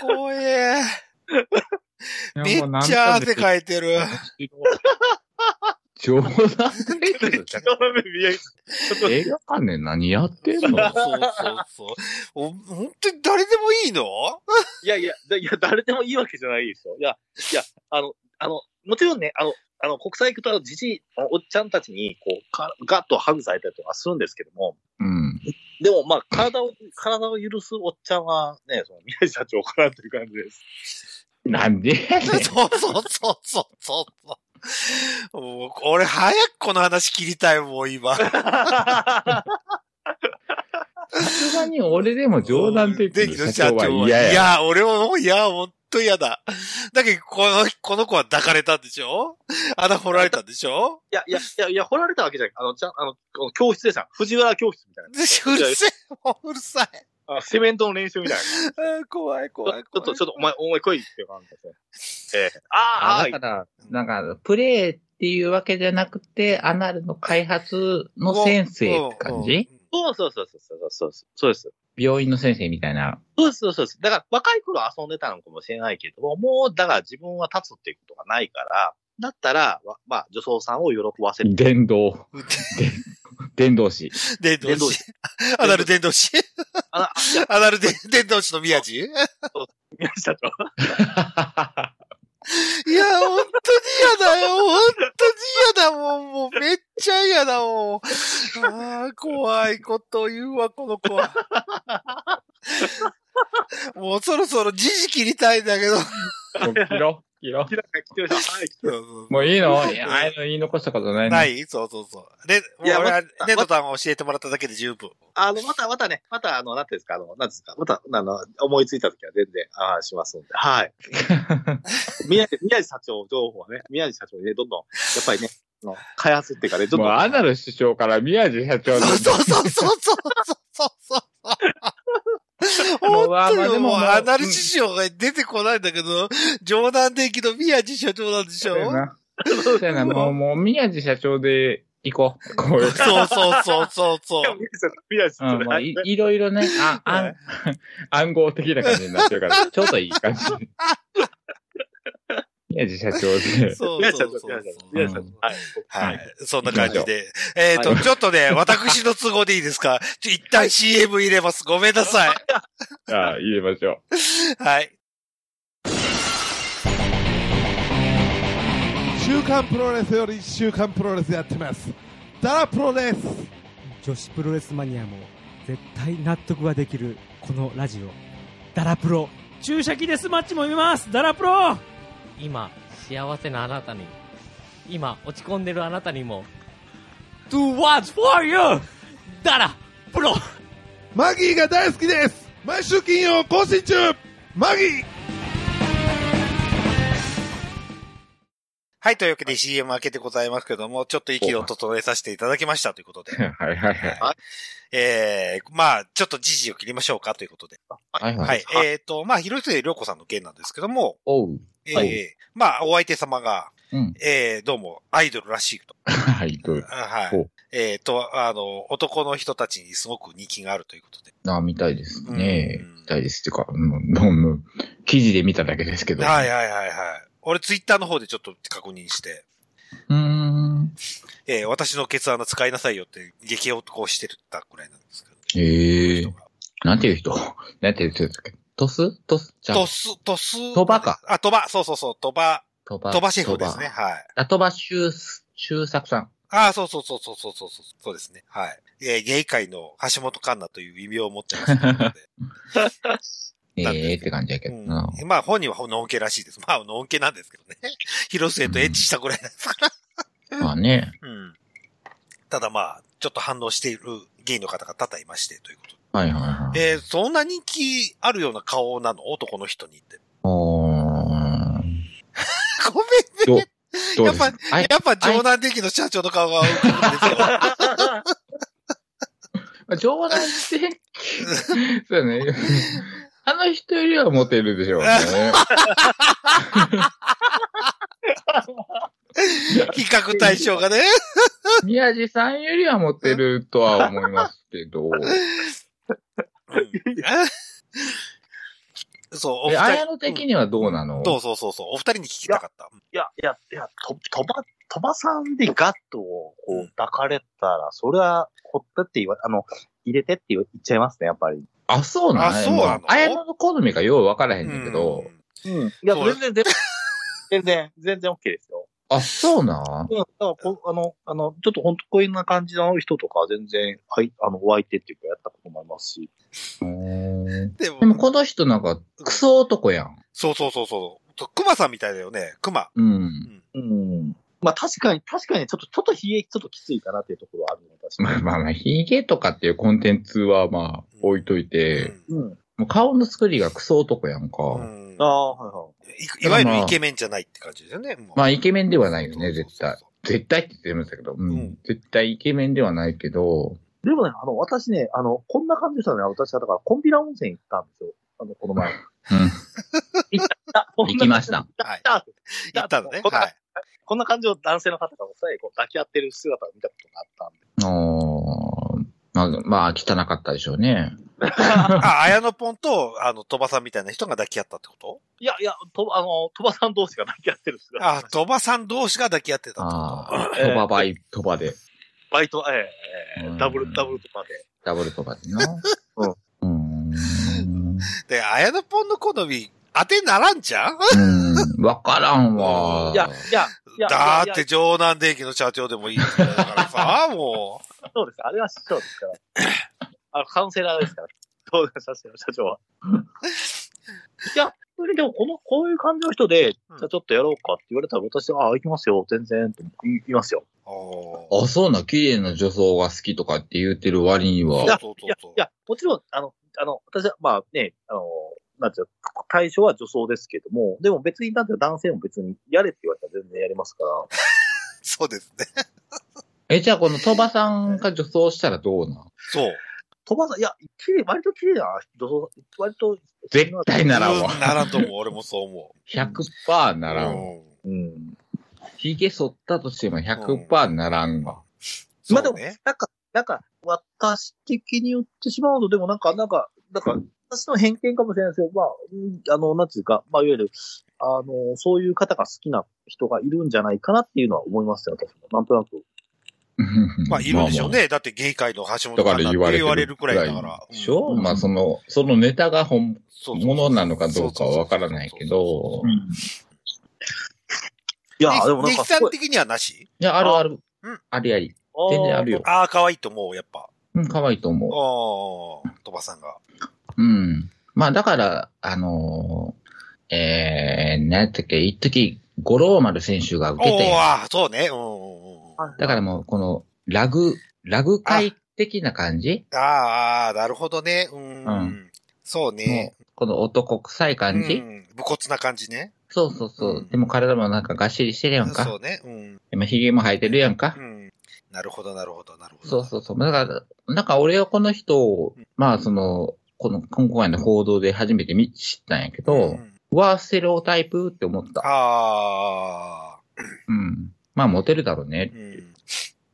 S1: 怖え。めっちゃ汗かいてる。
S2: 冗談定期の社
S3: 昨日の目見え
S2: 長映画館で何やってん
S1: そう
S2: の
S1: そうそうお。本当に誰でもいいの
S3: いやいや、だいや、誰でもいいわけじゃないですよ。いや、いや、あの、あの、もちろんね、あの、あの、国際行くと、じじい、あのおっちゃんたちに、こう、かガッとハグされたりとかするんですけども、
S2: うん。
S3: でも、まあ、体を、体を許すおっちゃんは、ね、その、宮地社長かなという感じです。
S2: なんでやねん
S1: そうそうそうそうそうそう。もう、俺早くこの話切りたいもん、今。
S2: さすがに俺でも冗談定期の社長は嫌
S1: い
S2: や。
S1: や、俺はもう、いや、ほんと嫌だ。だけど、この、この子は抱かれたんでしょ穴掘られたんでしょ
S3: いや、いや、いや、いや、掘られたわけじゃない。あの、ちゃん、あの、この教室でさ、藤原教室みたい
S1: でうるせえ、もううるさい。
S3: な。あセメントの練習みたいな。ち
S1: あー怖い、怖
S3: ょ
S1: い、
S3: っと、ちょ
S1: 怖
S3: っ
S1: い。
S3: と、お前、お前来いっていう感じですね。ええあー
S2: あ
S3: あー、
S2: だから、なんか、プレイっていうわけじゃなくて、アナルの開発の先生って感
S1: うん
S2: じ
S3: そうそうそうそうそうそうそうです。
S2: 病院の先生みたいな。
S3: そうです、そうですそうです。だから、若い頃遊んでたのかもしれないけども、もう、だから自分は立つっていうことがないから、だったら、わまあ、女装さんを喜ばせる。
S2: 伝道。
S1: うん
S2: 伝道師。
S1: 伝
S3: 伝
S1: 道
S3: 道
S1: 師
S3: 師。
S1: アナル伝道師。
S3: あら、いや、
S1: アナル伝伝道師の宮地いや、
S3: 宮下と。
S1: 本当に嫌だよ。本当に嫌だもん。もうめっちゃ嫌だもん。あー怖いこと言うわ、この子は。もうそろそろ時事切りたいんだけど。
S2: もう切ろう、切ろ
S3: 明らかに来てるはい、来て
S1: そうそう
S2: う。もういいのいやああいうの言い残したことない。
S1: ないいそうそうそう。レ、もう
S3: いや
S1: 俺は
S3: また
S1: レトタンを教えてもらっただけで十分。
S3: あの、また、またね、また、あの、なんていうんですか、あの、なんですか、また、あの、思いついた時は全然、ああ、しますので、 はい。宮地、宮地社長情報はね、宮地社長にね、どんどん、やっぱりね、あの開発っていうかね、ちょっ
S2: もう
S3: と、
S2: アナル首相から宮地社長の
S1: そうそうそうそうそうそうそう。
S2: も
S1: 本
S2: う
S1: 当
S2: まあまあ
S1: に
S2: で
S1: も
S2: も
S1: う、
S2: まあ
S1: アナル師匠が出てこないんだけど、冗談電気の宮地社長なんでしょ
S2: そうやな。そうやな、もう、もう宮地社長で行こう。こういう。
S1: そうそうそうそうそう。
S3: 宮地社長、宮地社
S2: う
S3: 長
S2: ん、
S3: ね
S2: まあ、いいろいろね、 あ、あん、暗号的な感じになってるから、ちょっといい感じ。宮地社長で。
S1: そう
S3: 宮
S1: そ
S3: 地社
S1: う
S3: 長、
S1: そう
S3: 宮地社長、
S1: そう。
S3: 宮地社長、はい。
S1: はい。そんな感じで。えっ
S3: い
S1: と、ちょっとね、私の都合でいいですかちょ一旦 CM 入れます。ごめんなさい。
S2: ああ、入れましょ
S1: はい。
S4: 週刊プロレスより週刊プロレスやってますダラプロです
S5: 女子プロレスマニアも絶対納得ができるこのラジオダラプロ注射器デスマッチも見ますダラプロ
S6: 今幸せなあなたに今落ち込んでるあなたにも
S5: Do what's for you
S6: ダラプロ
S4: マギーが大好きです毎週金曜更新中マギー
S1: はい、というわけで CM 明けでございますけども、ちょっと息を整えさせていただきましたということで。
S2: う。はいはいはい。
S1: えー、まあ、ちょっと時事を切りましょうかということで。
S2: はいは。
S1: はいい。えっ、と、まあ、広末涼子さんの件なんですけども、
S2: おう。
S1: えー
S2: はい
S1: まあ、お相手様が、
S2: うん。
S1: えー、どうも、アイドルらしいと。
S2: はい、どう
S1: あは
S2: お
S1: い。えっ、と、あの、男の人たちにすごく人気があるということで。
S2: なあ、見たいですね。
S1: うん
S2: 見たいですっていうか、うん、うん、うん記事で見ただけですけど。
S1: はい
S2: い。
S1: はいはいはい。俺、ツイッターの方でちょっと確認して、
S2: うーん。
S1: えー、私のケツ穴使いなさいよって、激男をしてたくらいなんですけど。
S2: ええ
S1: 人
S2: ー。
S1: が
S2: なんていう人 なんていう人だっけトストスじゃ
S1: トス、トス。
S2: 鳥羽か。
S1: あ、鳥羽、そうそうそう、鳥羽、
S2: トバ
S1: 鳥羽シェフですね。。はい。
S2: あ、トバ修、修作さん。
S1: ああ、そうそうそうそうそうそうそう、そうですね。はい。えー、ゲイ界の橋本環奈という異名を持ってますので。
S2: え
S1: だって
S2: えって感じやけどな。
S1: うん、まあ本人はのんけらしいです。まあのんけなんですけどね。 広末とエッチしたぐらいなんですから。
S2: まあね。
S1: うん。ただまあ、ちょっと反応しているゲイの方が多々いまして、ということ
S2: はいはいはい。
S1: で。えーそんな人気あるような顔なの男の人にって。
S2: おー
S1: ご
S2: ど
S1: めん
S2: う
S1: ね。
S2: どう
S1: や
S2: で
S1: っぱ
S2: すかあい
S1: やっぱ冗談的の社長の顔が浮 かぶんですよ。
S2: 冗談して、 そうやね。あの人よりはモテるで しょうね。
S1: 比較対象がね。
S2: 宮地さんよりはモテるとは思いますけ ど。
S1: そう、お
S2: え、
S1: 二
S2: 綾
S1: 人。
S2: 野的にはどうなの
S1: そうそうそうそう。お二人に聞きたかった。
S3: いや、いや、いや、と、とば、とばさんでガッとこう抱かれたら、それは、ほったって言わ、あの、入れてって言っちゃいますね、やっぱり。
S2: あ、そうなの
S1: あそうなの
S2: まあ綾野の好みがようわからへんねんけど。
S1: うん
S3: うん。いや、
S1: そう
S3: 全然、全然、全然、全然 OK ですよ。
S2: あ、そうなん
S3: うん。だからこ、あの、あの、ちょっと本当こういう感じの人とかは全然、はい、あの、お相手っていうかやったこともありますし。
S2: うん
S1: で
S2: でも
S1: も、
S2: この人なんか、クソ男やん。
S1: そうそうそうそう。熊さんみたいだよね。熊。
S2: うん。
S3: うん。まあ確かに、確かにちょっと、ちょっと冷え、ちょっときついかなっていうところはあるね、確
S2: ま
S3: か
S2: あ
S3: に。
S2: まあまあ、ヒゲとかっていうコンテンツはまあ、置いというて、
S1: ん
S3: うん。
S2: もう顔の作りがクソ男やんか。
S1: うん
S3: ああ、はいはい。
S1: いいわゆるイケメンじゃないって感じですよね。もう
S2: まあイケメンではないよね
S1: そうそうそうそう
S2: 絶対って言ってましたけど、うん
S1: うん
S2: 絶対イケメンではないけど、
S3: でもね、あの、私ね、あの、こんな感じでしたね。私はだから、コンビナ温泉行ったんですよ。あの、この前。
S2: 行きました。
S1: はい。
S3: た。
S1: 行ったのね。
S3: こん な
S1: はい。
S3: こんな感じの男性の方がお二人こう抱き合ってる姿を見たことがあったんで。
S2: あーまあ、まあ、汚かったでしょうね。
S1: あ、綾野ポンと、あの、鳥羽さんみたいな人が抱き合ったってこと
S3: いやいや、と、あの、鳥羽さん同士が抱き合ってる姿。
S1: あ、鳥羽さん同士が抱き合ってたってこと
S2: ああ、
S3: ええ
S2: 飛ばばい、飛ばで、
S3: バイト、えええ
S2: う
S3: え
S2: ん
S3: ダブル、ダブルとかで。
S2: ダブル飛ばでな。うん。う
S1: で、綾野ポンの好み、当てならんじゃん
S2: ーん。うん。わからんわ。
S3: いや、いや、いや、
S1: だーっ
S3: いや
S1: て、、城南電機の社長でもいいって言 うんだからさ、も
S3: そうです。あれは師匠ですから。あの、カウンセラーですから。どうでした、社長は。 いや、それでも、この、こういう感じの人で、じゃあちょっとやろうかって言われたら、私は、あ、行きますよ、全然、行きますよ。
S1: おー
S2: あ、そうな、綺麗な女装が好きとかって言ってる割に
S1: そう
S2: は。
S1: そう
S3: い
S1: そう
S3: や
S1: そう
S3: い。や、もちろん、あの、あの、私は、まあね、あの、なんていうの対象は女装ですけども、でも別に、なんていうの男性も別にやれって言われたら全然やりますから。
S1: そうですね。
S2: え、じゃあこの鳥羽さんが女装したらどうなん
S1: そう。
S3: 飛ばさん、いや、綺麗、割と綺麗な女装、割と。
S2: 絶対ならんわ
S1: うん。ならんと思う。俺もそう思う。
S2: 100%ならん。
S1: うん。
S3: うん。
S2: 髭剃ったとしても100%ならんわ。
S3: まあで
S1: そう
S3: も
S1: ね。、
S3: なんか、なんか、私的に言ってしまうと、でもなんか、なんか、なんか、私の偏見かもしれないですけど、まあうん、あの、なんていうか、まあ、いわゆる、あの、そういう方が好きな人がいるんじゃないかなっていうのは思いますよ、私も。なんとなく。
S1: まあ、いるんでしょ うね。だって、ゲイ界の橋本環
S2: だから
S1: 奈
S2: 言
S1: っ
S2: わ
S1: て
S2: れ
S1: 言われるくらいだから。
S2: でしょ、
S1: うん
S2: まあその、そのネタが本
S1: そうそう
S2: 物なのかどうかはわからないけど。
S3: ん。いや、でもなん
S1: ネ
S3: か
S1: キ
S3: す
S1: さ
S3: ご
S1: ん
S3: い、
S1: 的にはなし
S2: いや、あるある
S1: うん。
S2: ありあり。全然あるよ。
S1: ああ、可愛いと思う、やっぱ。
S2: うん、可愛いと
S1: ああ、
S2: 思
S1: 鳥羽さんが。
S2: う。うん。まあだから、あのー、えー、なんやったっけ、一時五郎丸選手が受け
S1: お
S2: て
S1: お、ああ、そうね。うんうんうん。あ
S3: あ
S2: だからもう、この、ラグ、ラグ界的な感じ
S1: あ、なるほどね。うん。
S2: う
S1: そう
S2: も
S1: ね。
S2: う、この男臭い感じ、
S1: うん。武骨な感じね。
S2: そうそうそう。
S1: うん
S2: でも体もなんかがっしりしてるやん
S1: そ
S2: か。
S1: うね。うん。
S2: でも髭も生えてるやんか。
S1: うん。なるほど、なるほど、なるほど。
S2: そうそうそう。だから、なんか俺はこの人を
S1: うん、
S2: まあその、この今回の報道で初めて見知ったんやけ
S1: う
S2: ど、
S1: ん
S2: わあ、ステレオタイプって思った。
S1: ああ、
S2: うん。まあモテるだろうね
S1: う。ん。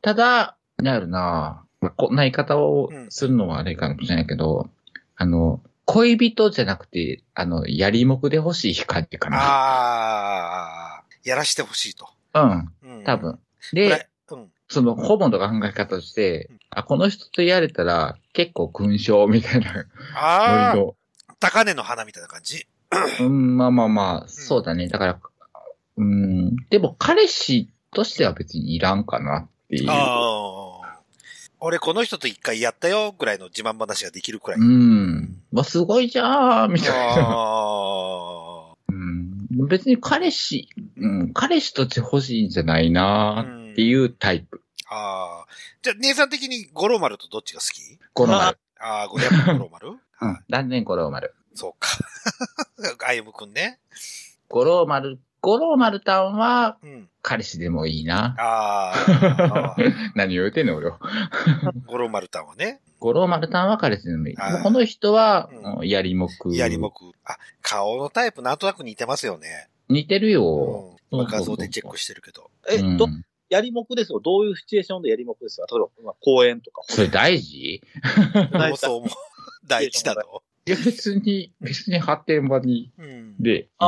S2: ただ、なるなまあこんな言い方をするのはあれかもしれないけど、あの、恋人じゃなくて、あの、やりもくで欲しい感じかな。
S1: ああ、やらしてほしいと。
S2: うん。
S1: うん。
S2: 多分。
S1: こ
S2: で
S1: れ。、うん。
S2: その、ホモの考え方として
S1: うん、
S2: あ、この人とやれたら、結構勲章みたいなノ
S1: あ
S2: リ
S1: あ、
S2: の
S1: 高根の花みたいな感じ。
S2: うん、まあまあまあ、そうだね。だから、うん、でも彼氏としては別にいらんかなっていう。
S1: ああ。俺この人と一回やったよ、ぐらいの自慢話ができるくらい。
S2: うん。まあすごいじゃー、みたいな。
S1: あ
S2: うん、別に彼氏、うん、彼氏として欲しいんじゃない
S1: あ。
S2: なーって
S1: うん。
S2: いうタイプ。
S1: ああ。じゃあ、姉さん的に五郎丸とどっちが好き
S2: 五郎丸。
S1: ああ、ごやっぱ五郎丸
S2: うん。断念五郎丸。
S1: そうか。 あゆむくんね。
S2: 五郎丸、五郎丸たんは
S1: うん。
S2: 彼氏でもいいな。
S1: ああ。ああ
S2: 何を言うてんの俺は。
S1: 五郎丸たんはね。
S2: 五郎丸たんは彼氏でもいい。
S1: あー
S2: もうこの人は、
S1: うん
S2: うんやりもく。
S1: やりもく。あ、顔のタイプなんとなく似てますよね。
S2: 似てるよ。
S1: うん。まあ
S2: そうそうそう
S1: 画像でチェックしてるけど。
S3: え、
S2: うん
S3: ど、やりもくですよ。どういうシチュエーションでやりもくですか例えば、まあ、公園とか。
S2: それ大事
S1: 俺もそう 思う。第一だと。
S2: いや、別に、別に発展場に、
S1: うん。
S2: で、いいですよ。
S3: あ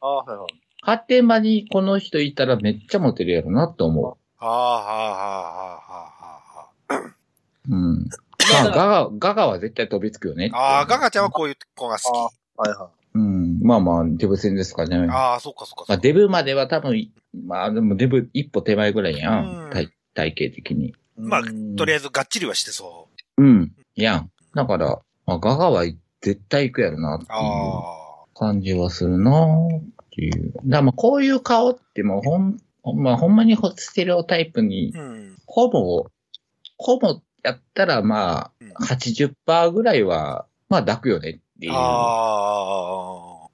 S3: あ、はいはい。
S2: 発展場にこの人いたらめっちゃモテるやろなと思
S1: ああ、はあ、は
S2: う。うん。まあ、ガガ、ガガは絶対飛びつくよね
S1: あ、はあ、はあ、はあ。ああ、ガ
S2: ガ
S1: ガちゃんはこういう子が好き。
S3: はいは
S2: うん。まあまあ、デブ戦ですかね。ま
S1: ああ、そっかそっかそ
S2: あ、
S1: っか。
S2: デブまでは多分、まあでもデブ一歩手前ぐらいや
S1: うん
S2: ん。体体型的に。
S3: い。
S1: まあとりあ
S2: あえ
S1: えずがっちりはしてそ
S2: ず。うん。やん。だから、まあ、ガガは絶対行くやろなって
S1: う。
S2: いう。
S1: あ
S2: 感じはするなーっていう。だからまあこういう顔ってもうほん、まあほんまにほステレオタイプに
S1: あ。、うん。
S2: ほぼ、ほぼやったらま
S1: うん
S2: あ80%ぐらいは、まあ抱くよねっていう。
S1: ああ。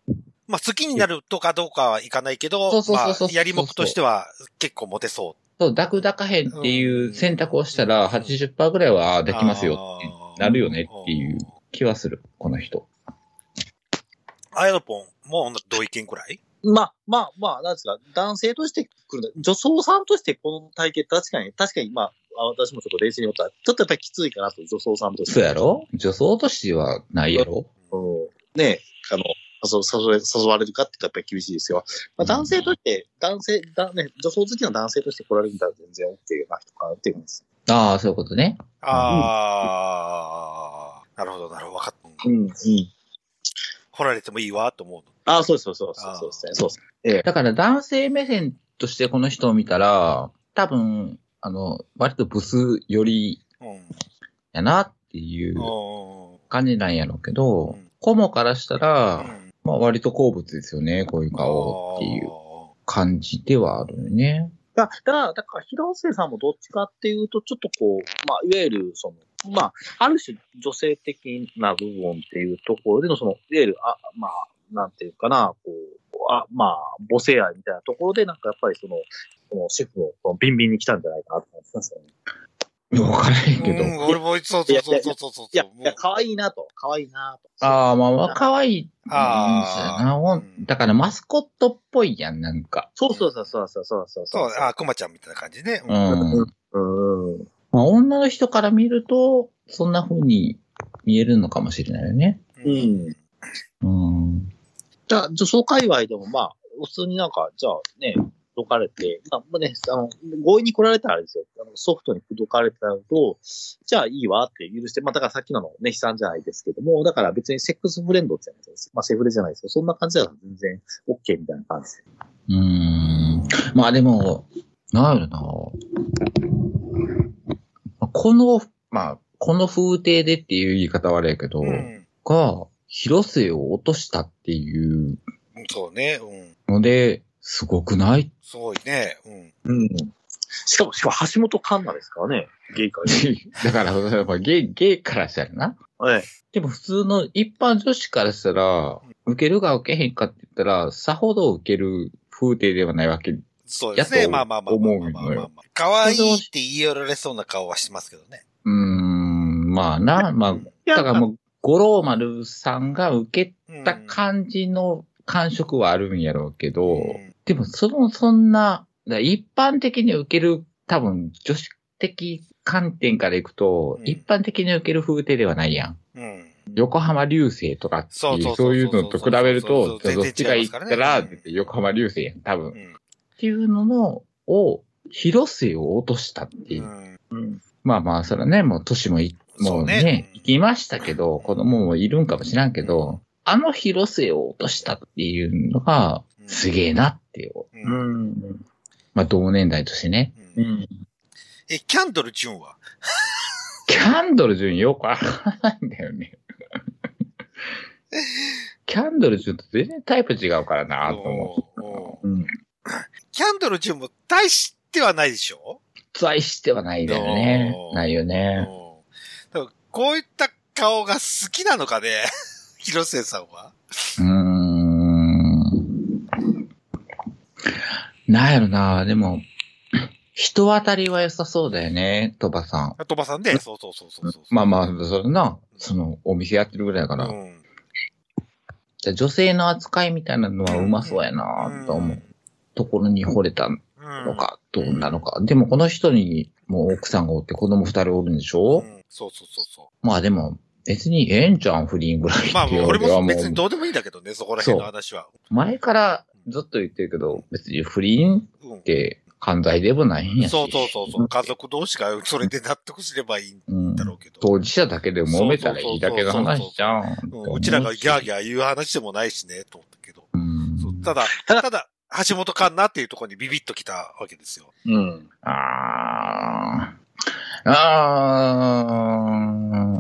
S1: まあ、好きになるとかどうかはいかないけど
S2: そう、そう
S1: ま
S2: そう
S1: あ
S2: そう、
S1: やりもくとしては結構モテそ
S2: そう、抱く抱かへんってい
S1: うん
S2: う選択をしたら80%ぐらいはあ
S1: う。
S2: 抱きますよってなるよねっていう気はする、この人。
S1: あー。あやのぽんも同意見くらい
S3: まあ、まあ、まあ、なんですか、男性として来るんだ。女装さんとしてこの体型、確かに、確かに、まあ、あ私もちょっと冷静に思ったら、ちょっとやっぱりきついかなと、女装さんとして。
S2: そうやろ女装としてはないやろ
S3: うん。ねえ、あの、誘誘え誘われるかって言ったらやっぱり厳しいですよ。まあ、男性として、男性、だね、女装好きな男性として来られるんだら全然 OK な人かなっていうんです。
S2: ああ、そういうことね。
S1: ああ。なるほど、なるほど、分かった。
S3: ん、うん。
S1: 掘られてもいいわ、と思うの。
S3: ああ、そうです、そうです、そうですね。そうですね。
S2: だから男性目線としてこの人を見たら、多分、あの、割とブス寄り
S1: うん。
S2: やなっていう
S1: うん
S2: 感じなんやろうけど
S1: うん、
S2: コモからしたら、
S1: ん
S2: まあ割と好物ですよね、こういう顔っていう感じではあるよね。
S3: だ、だ、だから、広瀬さんもどっちかっていうと、ちょっとこう、まあ、いわゆる、その、まあ、ある種女性的な部分っていうところでの、その、いわゆる、あ、まあ、なんていうかな、こう、あ、まあ、母性愛みたいなところで、なんかやっぱりその、そのシェフのそのビンビンに来たんじゃないかなと思ってますよね。
S2: わからへんけど
S1: う。ん、俺もそうそうそうそうそうそう。
S3: いや、い
S1: もう
S3: や、可愛いなと、可愛いなと。
S2: ああ、まあまあ、可愛い。
S1: あー
S2: うんそうやなほ
S1: うん
S2: んだからマスコットっぽいやん、なんか。
S3: そうそうそうそうそうそうそう
S1: そう、あ、くまちゃんみたいな感じね。
S2: う
S1: うん
S2: ん。
S3: うんうん。
S2: まあ、女の人から見ると、そんな風に見えるのかもしれないよね。
S3: うん。
S2: うん。
S3: じゃあ、女装界隈でもまあ、普通になんか、じゃあね、どかれて、まあまあね、あの、強引に来られたらあれですよ。あのソフトにどかれてたのと、じゃあいいわって許して、まあだからさっきのあのね、悲惨じゃないですけども、だから別にセックスフレンドじゃないです。まあセフレじゃないですよ。そんな感じだと全然 OK みたいな感じで。
S2: うん。まあでも、なんやろな。まあこの、まあ、この風景でっていう言い方はあれやけど、
S1: うん。
S2: が、広瀬を落としたっていう
S1: そうね。うん。
S2: ので、すごくない
S1: すごいね。うん。
S3: うん。しかも、しかも橋本環奈ですからね、ゲイ界で。
S2: だから、やっぱゲイ、ゲイからしたらな。
S3: ええ
S2: でも普通の一般女子からしたら、受けるか受けへんかって言ったら、さほど受ける風景ではないわけ。
S1: そうですね。
S2: やっと
S1: まあまあまあまあまあまあ
S2: 思う
S1: まあ
S2: の
S1: まあ
S2: よ。
S1: 可愛いって言い寄られそうな顔はしますけどね。
S2: うーん、まあな、まあ、だからもう、五郎丸さんが受け
S1: うん
S2: た感じの感触はあるんやろうけど、
S1: うん
S2: でもその、そんな、だから一般的に受ける、多分女子的観点からいくと、
S1: うん
S2: 一般的に受ける風景ではないやん。
S1: うん。
S2: 横浜流星とかって
S1: そう
S2: い
S1: そう
S2: う、
S1: そう
S2: そういうのと比べると、
S1: そうそうそう
S2: どっちがいいっ
S1: 全然違いますか
S2: た
S1: らね
S2: ら、
S1: うん
S2: 絶対横浜流星やん、多分。
S1: う
S2: っ
S1: ん
S2: ていうのの、を、広瀬を落としたっていう。
S1: うん。
S2: まあまあ、それはね、もう年もい、もう
S1: そうね
S2: ね、行きましたけど、子供もいるんかもしらんけど、あの広瀬を落としたっていうのが、
S1: うん
S2: すげえなっていう。
S1: うん。
S3: ん。
S2: まあ、同年代としてね。
S1: うん
S3: うん。
S1: え、キャンドルチュンは
S2: キャンドル順よくわからないんだよ ね。キャンドル順と全然タイプ違うからな、と思
S1: おー
S2: う。うん。
S1: キャンドルチュンも大してはないでしょ
S2: 在してはないだよね
S1: お。ー
S2: ないよね。
S1: うん。だからこういった顔が好きなのかね 広瀬さんは。
S2: うーん。なんやろな、でも、人当たりは良さそうだよね、鳥羽さん。
S1: 鳥羽さんね。そうそうそうそうそう。
S2: まあまあ、それな、その、お店やってるぐらいだから、
S1: うん。
S2: じゃあ女性の扱いみたいなのはうまそうやな、と思う。ところに惚れた
S1: うん。
S2: のか、どうなのか。でもこの人に、もう奥さんがおって子供二人おるんでし
S1: う
S2: ょ、
S1: ん。そうそうそうそう。
S2: まあでも、別にええんじゃん、不倫ぐらいって。
S1: まあ、俺
S2: は
S1: も別にどうでもいいんだけどね、そこら辺の話は。
S2: 前からずっと言ってるけど、別に不倫
S1: うん
S2: っ。て犯罪でもないんやし。
S1: そうそうそうそう。家族同士がそれで納得すればいいん
S2: うん
S1: だろうけど。
S2: 当事者だけで揉めたらいいだけの話じゃん。
S1: うんうちらがギャーギャー言う話でもないしね、と思ったけど。
S2: うん
S1: そうただ、ただ、橋本環奈っていうところにビビッときたわけですよ。
S3: うん。
S2: あーあ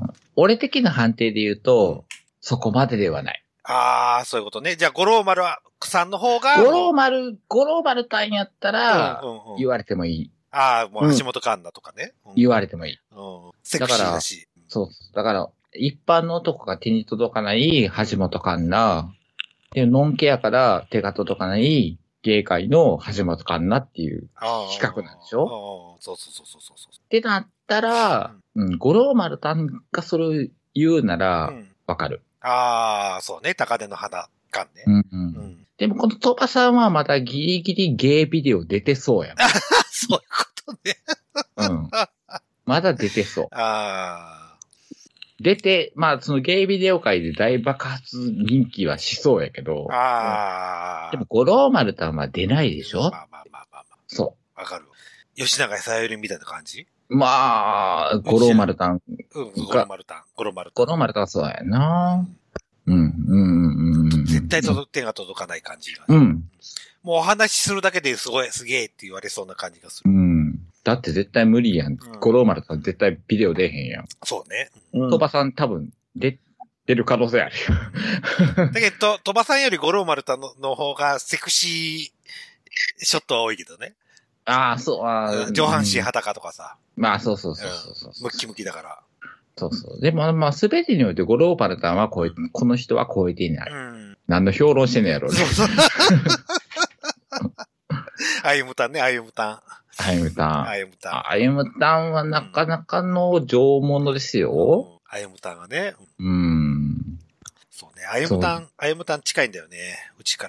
S2: ー俺的な判定で言うと、そこまでではない。
S1: ああ、そういうことね。じゃあ、五郎丸は、さんの方が、
S2: 五郎丸、五郎丸隊やった
S1: う
S2: ら、
S1: んうんうん
S2: 言われてもいい。
S1: ああ、も
S2: う
S1: うん橋本環奈とかね。うん
S2: 言われてもいい。
S1: うんセクシーだし。
S2: そうそう。だから、一般の男が手に届かない橋本環奈。で、ノンケやから手が届かない芸界の橋本環奈っていう。
S1: 比
S2: 比較なんでしょ
S1: そうそうそうそうそうそ
S2: ってなったら、うん、五郎丸さんがそれを言うな
S1: う。う
S2: ら、
S1: ん
S2: わかる。
S1: ああ、そうね。高根の花感ね
S2: う。んうん
S1: うん。
S2: でもこの鳥羽さんはまたギリギリゲイビデオ出て そうや
S1: あそういうことね。
S2: ん。うん。まだ出てそ
S1: ああ。
S2: う。出て、まあそのゲイビデオ界で大爆発人気はしそうやけど、
S1: ああ。
S2: でも五郎丸さんは出ないでしょ
S1: まあまあまあまあま
S2: そ
S1: あ。わかる。吉永さゆりみたいな感じ
S2: う。まあ、五郎丸さん、
S1: うん、
S2: が
S1: ゴロマルタン、ゴロマルタ
S2: 五
S1: ン。
S2: 郎丸さんはそうやな。うん、うん、うん。うん
S1: 絶対届く、手が届かない感じが。
S2: うん、
S1: もうお話しするだけですごい、すげえって言われそうな感じがす
S2: う
S1: る。
S2: ん。だって絶対無理やん
S1: ん。
S2: 五郎丸さん絶対ビデオ出へんやん。
S1: そうね。
S3: うん
S2: 鳥羽さん多分出、出る可能性ある
S1: だ
S2: よ。
S1: けど、鳥羽さんより五郎丸太のの方がセクシーショットは多いけどね。
S2: ああ、そう、あー
S1: 上半身
S2: うん
S1: 裸とかさ、
S2: まあ、そうそうそうそうそうそう
S1: ムッキムキだか
S2: そうそう。でも、まあ、すべてにおいて、ゴローパルタンは超え、この人は超えていな
S1: ら。
S2: い。
S1: うん。
S2: 何の評論してんのやろうね
S1: そう。そう。あゆむたんね、あゆむたん。
S2: アイムタン
S1: あ。ゆむたん。
S2: アイムタンはなかなかの上物ですよ。
S1: あゆむたんがね。うん
S2: うん。
S1: そうね。あゆむたん、あゆむたん近いんだよね。うちか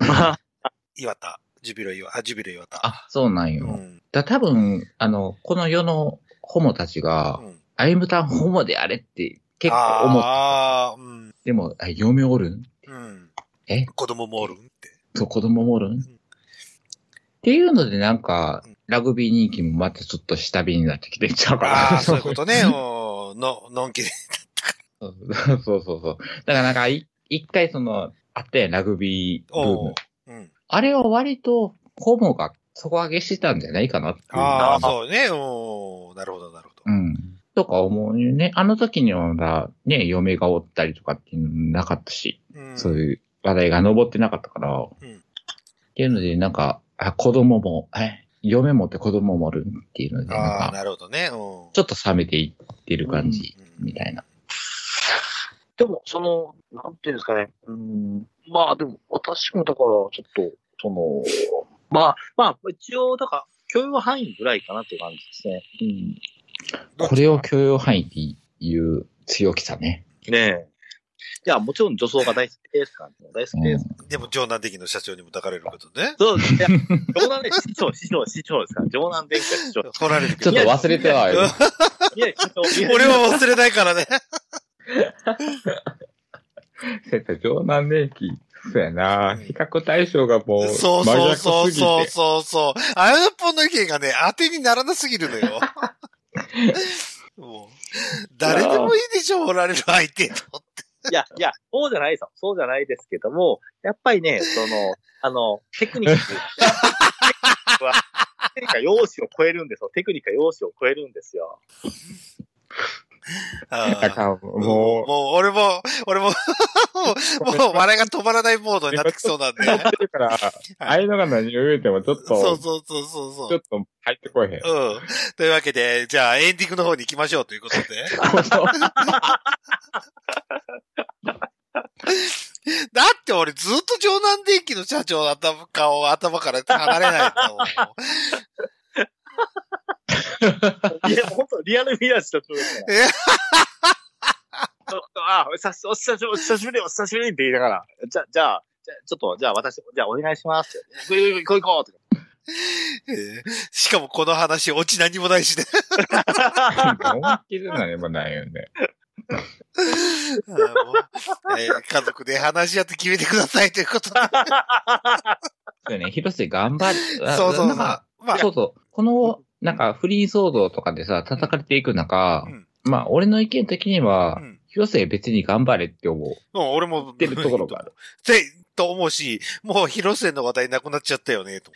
S1: ら。 岩田。ジュビロ岩、あ、ジュビロ岩田。
S2: あ、そうなん
S1: う
S2: よ。
S1: ん。
S2: だ多分、あの、この世のホモたちが、
S1: うん
S2: アイムタンホモであれって結構思う。
S1: ああ、うん。
S2: でも、あ嫁おるん
S1: うん。
S2: え
S1: 子供もおるんって。
S2: と子供もおるんっていうので、なんか
S1: うん、
S2: ラグビー人気もまたちょっと下火になってきてんちゃうかな。
S1: ああ、そういうことね。おーの、のんきで。
S2: そうそうそうそう。だからなんか、い一回その、あったやん、ラグビーブー
S1: おー
S2: ム。
S1: うん。
S2: あれは割と、ホモが底上げしてたんじゃないかなっていう。
S1: ああ、そうね。おーなるほど、なるほど。
S2: うん。とか思うよね。あの時にはまだ、ね、嫁がおったりとかっていうのもなかったし、
S1: うん
S2: そういう話題が上ってなかったから。
S1: ん
S2: っていうので、なんか、あ、子供も、え、嫁もって子供もおるっていうので、
S1: あ
S2: な
S1: あ、
S2: んか、
S1: なるほどね。うん
S2: ちょっと冷めていってる感じ、
S1: うん
S2: みたいな。
S7: でも、その、なんていうんですかね。うん。まあ、でも、私もだから、ちょっと、その、
S3: まあ、まあ、一応、だから、許容範囲ぐらいかなっていう感じですね。
S2: うんこれを許容範囲っていう強気さね。
S3: ねえ。いや、もちろん女装が大好きですからね。大好きです。
S1: でも、城南的の社長にも抱かれることね。
S3: そう、いや、城南で 市長、市長、市長ですから。城南電気市長。
S1: 来られるけ
S2: ちょ
S1: ど
S2: っと。忘れてはよ。
S3: 宮城市長。
S1: 俺は忘れないからね。
S2: 先生、城南電機。そうやな比較対象がもう、
S1: そうそうそうそう
S2: 真逆す
S1: そうそう。あやのぽんの意見がね、当てにならなすぎるの よ。もう誰でもいいでしょ、おられる相手と。
S3: いや、いや、そうじゃないですよ。そうじゃないですけども、やっぱりね、その、あの、テクニック。はテクニックが容姿を超えるんですよ。テクニックが容姿を超えるんですよ。
S1: あ
S2: ぎて。だ
S1: あ
S2: から、もう、
S1: もう、俺も、俺 も、もう、もう笑いが止まらないモードになってきそうなんで。
S2: だから、ああいうのが何を言うても、ちょっと、
S1: そうそうそうそうそう
S2: ちょ。っと入って こいへ
S1: うん。
S2: ん。
S1: というわけで、じゃあエンディングの方に行きましょうということで。だって俺ずっと城南電機の社長の頭顔頭から離れないんだもん。
S3: いや、本当リアルミラー社長ですね
S1: え。
S3: あ、お久しお久しお久しぶり、お久しぶりって言いながら、じゃ、じゃあ、じゃあちょっと、じゃあ私、じゃあお願いします。行こう行こう行こう行こう
S1: えーしかもこの話、オチ何もないし ね。
S2: 思いっきり何もないよね。
S1: あーもうえー家族で話し合って決めてくださいということで。
S2: そうね、広瀬頑張る。あ
S1: そうそうそう。
S2: な
S1: ま
S2: んか
S1: あ、
S2: そうそう。この、なんか、フリー騒動とかでさ、叩かれていく中、
S1: うん
S2: まあ、俺の意見的には、
S1: うん
S2: 広瀬別に頑張れって思う。
S1: もう俺も。
S2: 言ってるところがある。
S1: って、と思うし、もう広瀬の話題なくなっちゃったよね、と。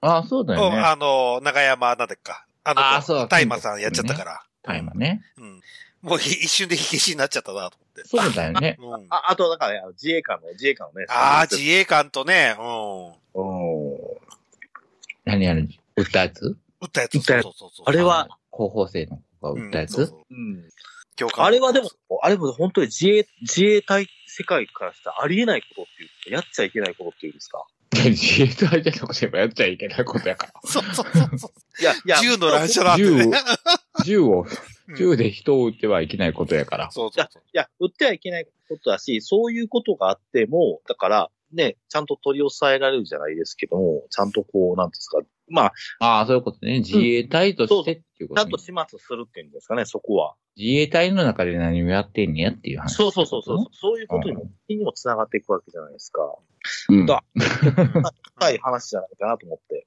S2: ああ、そうだよ
S1: うん、
S2: ね。
S1: あの、長山なんだっけか。あの、
S2: あーそう
S1: 大麻さんやっちゃったから。
S2: タイマーね。
S1: うん。もうひ一瞬で火消しになっちゃったな、と
S2: そうだよね。
S1: 思って。うん。あ
S3: あ、あと、なんかね、あの自衛官の、自衛官のね。
S1: あー、自衛官とね、うん。
S3: うん。
S2: 何やる売ったやつ
S1: 撃ったやつ。
S3: 撃ったやつ
S1: そうそうそう。
S3: あれは、
S2: 高校生の子が売ったや
S1: うん
S2: つ、
S1: そうそう
S3: うん。
S1: 教官
S3: あれはでも、あれも本当に自衛、自衛隊世界からしたらありえないことっていうか、やっちゃいけないことっていうんですか。
S2: 自衛隊じゃなくてもやっちゃいけないことやか
S1: そうそうそうそう。
S3: いや、いや、
S1: 銃の乱射だ
S2: ら。
S1: って
S2: 銃を
S1: ね。、
S2: 銃を
S1: う、ん
S2: 銃で人を撃ってはいけないことやから。
S1: そう
S3: い
S1: そう
S3: や、
S1: そう。
S3: いや、売ってはいけないことだし、そういうことがあっても、だから、ね、ちゃんと取り押さえられるじゃないですけども、ちゃんとこう、なんていうんですか、まあ、
S2: ああ、そういうことね。自衛隊としてっていうこ
S3: ちゃ
S2: と、
S3: ん
S2: ね
S3: と始末するっていうんですかね、そこは。
S2: 自衛隊の中で何をやってんねやっていう話。
S3: そうそうそうそう、そういうことに
S2: う
S3: も、にも繋がっていくわけじゃないですか。
S2: うん
S3: だ
S1: うん
S3: 深い話じゃないかなと思って。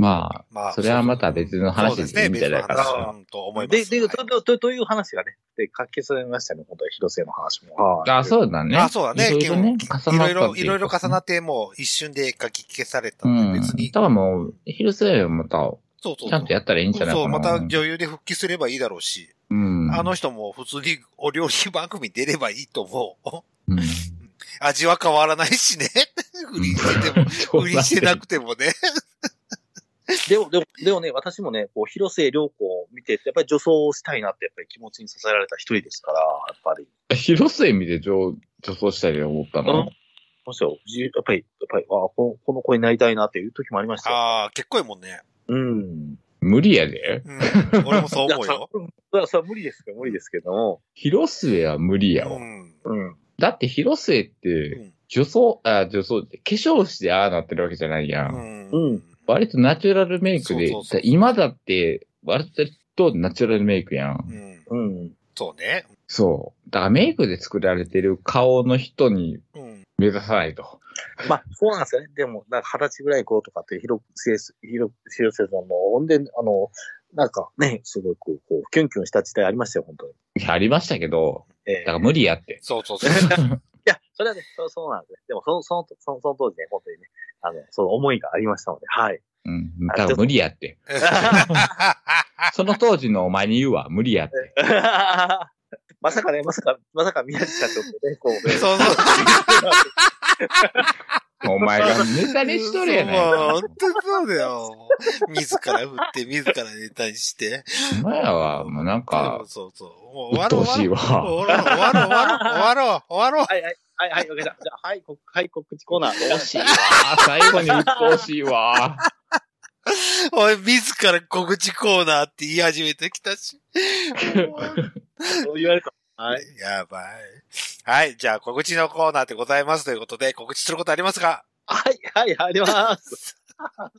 S2: ま
S1: ま
S2: あ、それはまた別の話でいいんじゃないかな。
S1: そうですね、別の話うんと思います。
S3: で、で、
S1: はい
S3: と、ととという話がね、で、活気されましたね、本当に広瀬の話も。はい
S2: あ、そうだね。
S1: あそうだね
S2: いろいろね、
S1: いろい
S2: 重なった
S1: ろ、
S2: って
S1: いうろいろ重な
S2: っ
S1: って、もう一瞬で書き消された
S2: う
S1: の
S2: ん。
S1: で、別に。
S2: ただもう、広瀬はまた、
S1: そうそうそう。
S2: ちゃんとやったらいいんじゃない
S1: そう、
S2: か
S1: ま
S2: な。
S1: た女優で復帰すればいいだろうし。
S2: うん。
S1: あの人も普通にお料理番組出ればいいと思う。
S2: うん、
S1: 味は変わらないしね。 売りしてても、売りしてなくてもね。
S3: でも、でも、でもね、私もね、こう、広末涼子を見てて、やっぱり女装をしたいなって、やっぱり気持ちにさせられた一人ですから、やっぱり。
S2: 広末見て女女装したり思ったの、
S3: そうですよじやっぱり、やっぱり、ああ、この、この子になりたいなっていう時もありましたよ。
S1: ああ、結構いいもんね。
S3: うん。
S2: 無理やで。
S1: うん。俺もそう思うよ。
S3: いや。それは、それは無理ですけど、無理ですけども。
S2: 広末は無理
S1: う
S2: やわ。
S1: ん。
S3: うん。
S2: だって広末っ
S1: う
S2: て、
S1: ん
S2: 女装、あ、女装って、化粧してああなってるわけじゃないやん。
S1: うん。
S3: うん
S2: 割とナチュラルメイクで、
S1: そうそうそう
S2: 今だって、割とナチュラルメイクやん。
S1: うん。
S3: うん。
S1: そうね。
S2: そう。だからメイクで作られてる顔の人に
S1: うん。
S2: 目指さないと。
S3: まあ、そうなんですよね。でも、なんか二十歳ぐらい頃とかって、広く、広く、広瀬さんも、ほんで、あの、なんかね、すごいこう、こうキュンキュンした時代ありましたよ、本当に。
S2: いやありましたけど、
S3: ええ
S2: だから無理やって。
S1: そうそう そう。
S3: いや、それはね、そうそうなんですね。でも、その、その、そのその当時ね、本当にね、あの、その思いがありましたので、はい。
S2: うん。だから無理やって。その当時のお前に言うわ、無理やって。
S3: まさかね、まさか、まさか宮地社長とね、こう、 ね、
S1: そうそう。
S2: お前がネタにしとるやないか。
S1: そう本当にそうだよ。自ら振って、自らネタにして。
S2: お前らは、もうなんか、
S1: そうそう。もう
S2: 鬱陶しいわ。
S1: 終わろう、終わろう、終わろう、終わろう、終わろう。
S3: はいはい、はい、はい、わかりました。じゃあ、はい、こはい、告知コーナー。よし。
S2: うわー最後に鬱陶しいわ。
S1: おい、自ら告知コーナーって言い始めてきたし。
S3: そう言われた。はい。
S1: やばい。はい、じゃあ告知のコーナーでございますということで、告知することありますか
S3: はい、はい、あります。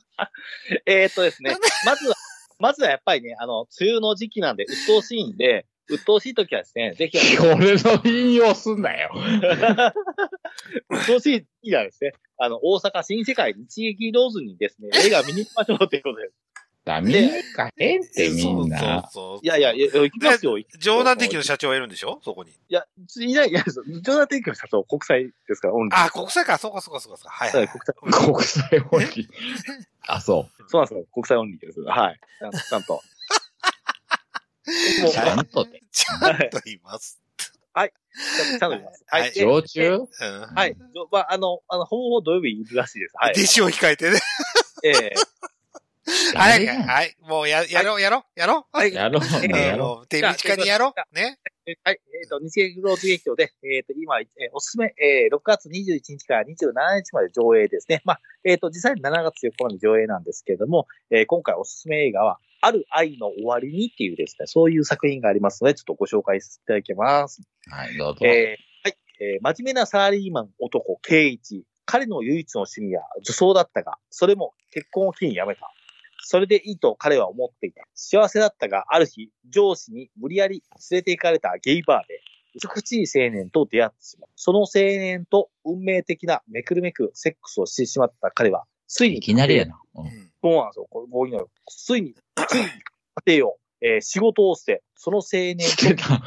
S3: えーっとですね、まずは、まずはやっぱりね、あの、梅雨の時期なんで、鬱陶しいんで、鬱陶しい時はですね、ぜひ、
S2: 俺の引用すんなよ。
S3: 鬱陶しい時はですね、あの、大阪新世界日劇ローズにですね、映画見に行きましょうということです。
S2: ダメかへんってみんな。
S1: そうそうそう。
S3: いやいや、いや行きますよ。い
S1: 城南的の社長がいるんでしょそこに。
S3: や、いない、いないです。ジョナテンキの社長、国際ですから、オンリー。
S1: あ、国際か。そうか、そうか、そうか。はい、は
S3: はいい、。国際、
S2: 国際法律。あ、そう。
S3: そうなんですよ。国際オンリーです。はい。ちゃんちゃん と。もう
S2: ちゃんとで。
S1: ちゃんと言います。
S3: ちゃんとちゃんと言います。
S1: はい
S3: で
S2: 常駐
S1: うん。
S3: はい。まあ、あの、あの、ほぼほぼ土曜日いるらしいです。はい。
S1: 弟子を控えてね。
S3: ええ
S1: は
S2: 誰
S1: い、
S2: が
S1: はい。もうや、やろう、やろう、やろう。はい。
S2: やろうね、やろ
S1: もう、手短にやろう。ね。
S3: えはい。えっ、と、日劇ローズ劇場で、えっ、と、今、えーおすすめ、えー6月21日から27日まで上映ですね。まあ、えっ、と、実際に7月4日まで上映なんですけれども、えー今回おすすめ映画は、ある愛の終わりにっていうですね、そういう作品がありますので、ちょっとご紹介させていただきます。
S2: う。はい、どうぞ。
S3: えーはい。えー真面目なサラリーマン男、圭一。彼の唯一の趣味は女装だったが、それも結婚を機に辞めた。それでいいと彼は思っていた。幸せだったが、ある日、上司に無理やり連れて行かれたゲイバーで、美しい青年と出会ってしまう。その青年と運命的なめくるめくセックスをしてしまった彼は、ついに、
S2: いきなりやな。う
S1: うんん
S3: そうなんですよ。これ、こういうのよついに、ついに、家庭を、えー仕事を捨て、その青年と
S2: してた。うん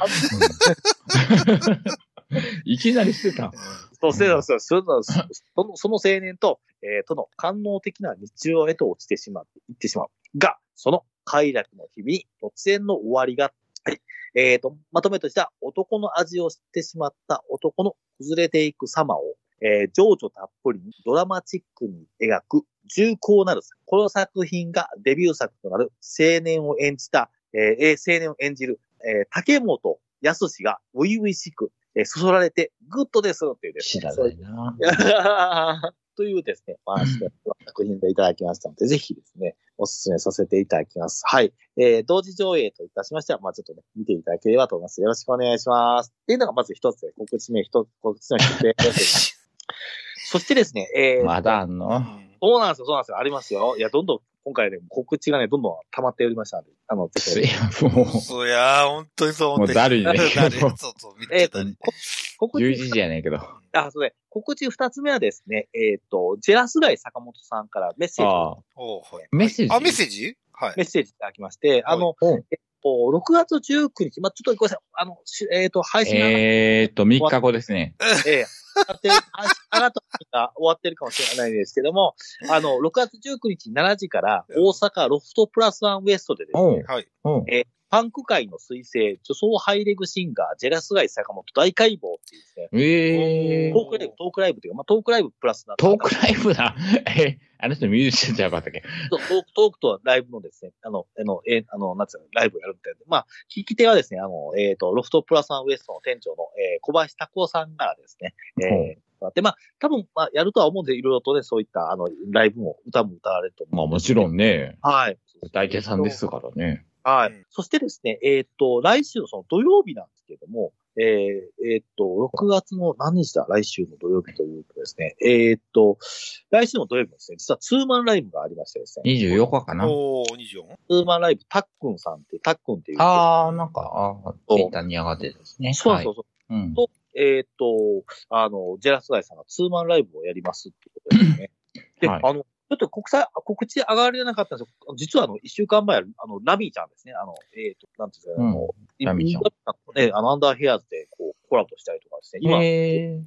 S2: いきなりしてた。
S3: そう、そうなんですよ。そうなんですその、その青年と、えーとの官能的な日常へと落ちてしまう、行ってしまう。が、その快楽の日々に突然の終わりが、はい。えーと、まとめとした男の味を知ってしまった男の崩れていく様を、えー情緒たっぷりにドラマチックに描く重厚なる作、この作品がデビュー作となる青年を演じた、えーえー青年を演じる、えー竹本康が初々しく、えーそそられてグッドですっていうです
S2: 知
S3: ね
S2: らないな。
S3: というですね、まあ、作品でいただきましたので、ぜひですね、お勧めさせていただきます。はい。えー、同時上映といたしましては、まあ、ちょっとね、見ていただければと思います。よろしくお願いします。っていうのがまず一つで、告知名一つ、告知の一つで。 そしてですね、えー、
S2: まだあんの
S3: そうなんですよ、そうなんですよ、ありますよ。いや、どんどん、今回ね、告知がね、どんどん溜まっておりましたので、あの、
S2: す
S3: ぜ
S2: い
S3: ひ
S2: や、もう、
S1: そうや、本当にそう思って
S2: もうだるいね
S1: だるいそうそう、見て
S3: えー
S1: たね。
S3: こ告知
S2: 11時やねんけど。あ
S3: あ、そうね。告知二つ目はですね、えっ、と、ジェラスガイ坂本さんからメッセージを
S2: あ。
S1: おうはい
S2: メッセージ
S1: あ、メッセージはい。
S3: メッセージいただきまして、あの、
S2: お
S3: こう6月19日、まあ、ちょっとごめんなさい、あの、しえっ、と、配信が、
S2: えーっと、3日後ですね。
S3: ええってる、ああなたが終わってるかもしれないですけども、あの、6月19日7時から大阪ロフトプラスワンウエストでです
S2: お
S3: ね
S2: う、
S1: はい。
S2: おう
S3: パンク界の彗星、女装ハイレグシンガー、ジェラスガイ坂本大解剖っていうです
S2: え
S3: ね、
S2: え
S3: トークライブ、トークライブというか、まあ、トークライブプラスなんで
S2: トークライブだ。 え、あの人ミュージシャンじゃなかったっけ
S3: そうトーク、トークとライブのですね、あの、あの、えー、あの、なんつうの、ライブやるみたいで。まあ、聞き手はですね、あの、えっ、と、ロフトプラスワンウエストの店長の、えー小林拓夫さんからですね、えーで、まあ、多分、まあ、やるとは思うんで、いろいろとね、そういった、あの、ライブも、歌も歌われると思う。
S2: まあもちろんね、
S3: はい。
S2: 大家さんですからね。
S3: はい。
S1: うん
S3: そしてですね、えっ、と、来週のその土曜日なんですけれども、えーえっ、と、6月の何日だ来週の土曜日というとですね、えっ、と、来週の土曜日もですね、実はツーマンライブがありましてですね、
S2: 24日かな。
S1: おー、24?
S3: ツーマンライブ、タックンさんって、タックンっていう。
S2: ああ、なんか、あー
S3: そう
S2: ツイッターに上がってですね。
S3: そうそうそう。
S2: はい。うん。
S3: えっ、と、あの、ジェラスガイさんがツーマンライブをやりますってことで すね。で、
S2: はい
S3: あの、ちょっと国際、告知上がれなかったんですけど、実はあの、一週間前、あの、ラミーちゃんですね。あの、えっ、と、なんていうんですかね、あの、
S2: うんラミーちゃん
S3: とね、あの、アンダーヘアーズでこう、コラボしたりとかですね、今、
S2: え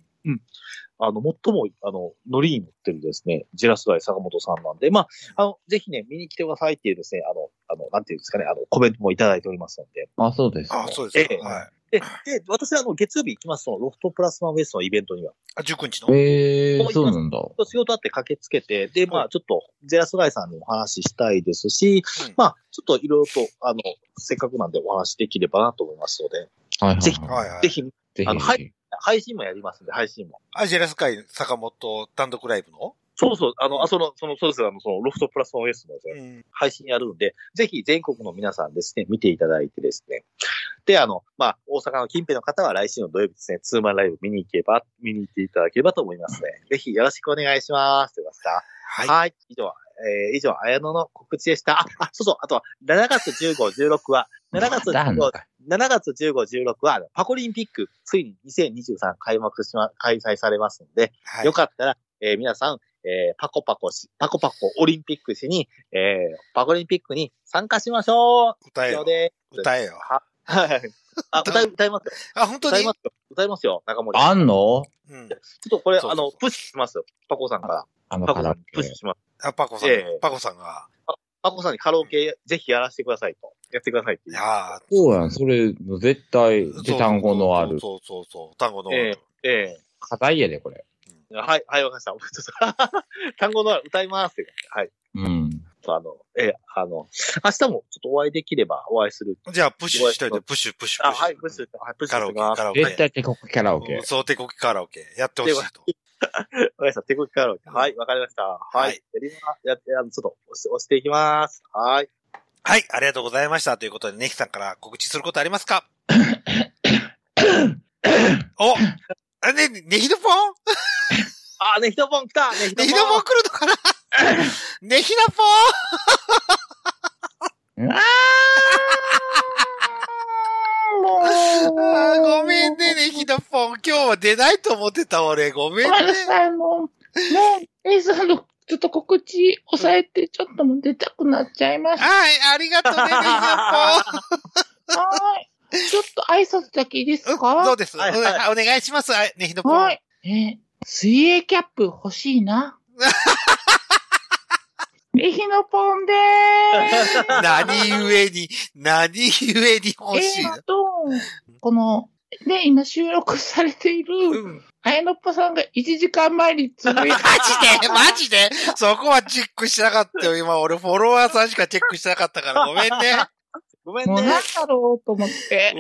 S3: あの、最も、あの、ノリに乗ってるですね、ジェラスガイ坂本さんなんで、まあ、あの、ぜひね、見に来てくださいっていうですね、あの、あの、なんていうんですかね、あの、コメントもいただいておりますので、
S2: あ、そうですか。
S1: あ、そうですか。
S3: ええ
S1: はい。
S3: で、で、私はあの、月曜日行きますと、ロフトプラスワンウエストのイベントには、
S1: あ、19日の
S2: ええー、そうなんだ。
S3: 仕事あって駆けつけて、で、まあ、ちょっと、ゼラスガイさんにお話ししたいですし、
S1: うん
S3: まあ、ちょっといろいろと、あの、せっかくなんでお話できればなと思いますので、
S2: はいはい
S3: ぜひ
S2: は
S1: はい
S2: い。
S1: はい。
S3: ぜひ、
S2: ぜひ。
S3: あのはい配信もやりますんで、配信も。
S1: アジェラス会坂本単独ライブの
S3: そうそう、あの、あ、その、その、そうです、あの、その、ロフトプラスワンウエストのですね
S1: ん。
S3: 配信やるんで、ぜひ全国の皆さんですね、見ていただいてですね。で、あの、まあ、大阪の近辺の方は来週の土曜日ですね、ツーマンライブ見に行けば、見に行っていただければと思いますね。ぜひよろしくお願いします。ということですか
S1: はい。
S3: はい。以上、えー以上、綾野の告知でした。あ、あそうそう、あとは、7月15、16は、7月
S2: まだあんの
S3: 15、
S2: か
S3: 7月15、16は、あのパコリンピック、ついに2023開幕しま、開催されますので、
S1: はい
S3: よかったら、えー皆さん、えーパコパコし、パコパコオリンピックしに、えーパコリンピックに参加しましょう
S1: 歌え
S3: 以上
S1: よ。
S3: で
S1: 歌えよ。
S3: す。はい。あ、歌い、歌いますよ。
S1: あ、本当
S3: 歌い
S1: に
S3: ますよ。歌いますよ、中森。
S2: あんの
S1: うん。
S3: ちょっとこれ、
S1: そう
S3: あ
S1: そうそう
S3: の、プッシュしますよ。パコさんか
S2: あの
S3: ら。パコ
S2: カ
S3: さ
S2: ラオ
S3: ん、プッシ
S2: ケ
S3: ュ。します。
S1: あ、パコさん
S3: ええ。
S1: パコさんが。
S3: パコさんにカラオケ、ぜひやらせてくださいと。やってくださいっ
S1: い
S3: ていう。
S1: や
S2: そうやん、それ、絶対、
S1: ー
S2: 時単語のある。
S1: そうそうそうそう。単語のあ
S3: え
S1: る。
S3: え、え
S2: 課題やで、これ。
S3: え。はい、はい、わかりました。 ちょっと単語のある歌いますって感じ。
S2: うん。
S3: はい。あの、ええ、あの、明日もちょっとお会いできればお会いする。
S1: じゃあ、プッシュしといて、プッシュ、プッシュ。
S3: あ、はい、プッシュ、はい、プッシュ
S1: カラ
S3: し
S1: オ
S3: てき
S1: ケ、
S3: ま
S1: カ
S3: す。
S1: ラオケ。
S2: 絶対手こきカラオケ。
S1: そう、帝国カラオケ。やってほしいと。
S3: わかりました。手こきカラオケ。はい、わかりました。は。
S1: はいい
S3: やりま、やって、あの、ちょっと押し押していきます。はい。
S1: はい、ありがとうございました。ということで、ネヒさんから告知することあります かおあね、ネヒドポン
S3: あ、ねひとぽん来たねひとぽ
S1: ネ
S3: ん
S1: ヒドポン来るのか なネヒドポンあーごめんね、ネヒドポン。今日は出ないと思ってた俺。ごめんね。
S8: さい、もう、もう、エイさんの、ちょっと告知抑えて、ちょっともう出たくなっちゃいました。
S1: はい、ありがとうね、ネヒド
S8: はい。ちょっと挨拶だけいいです
S1: ポン。ど
S8: か
S1: うです、
S3: はいは
S1: お願いします、あネヒドポン。
S8: はい。え、水泳キャップ欲しい な。えひのポンでーす。
S1: 何故に、何故に 欲しい
S8: え
S1: の
S8: ー、と、この、ね、今収録されている、
S1: うん
S8: あやのっぽさんが1時間前につぶ
S1: マ
S8: やい
S1: ジでマジでそこはチェックしなかったよ。今、俺、フォロワーさんしかチェックしてなかったから、ご めんね。
S3: ごめん
S8: もう
S3: ね。
S8: なんだろうと思って。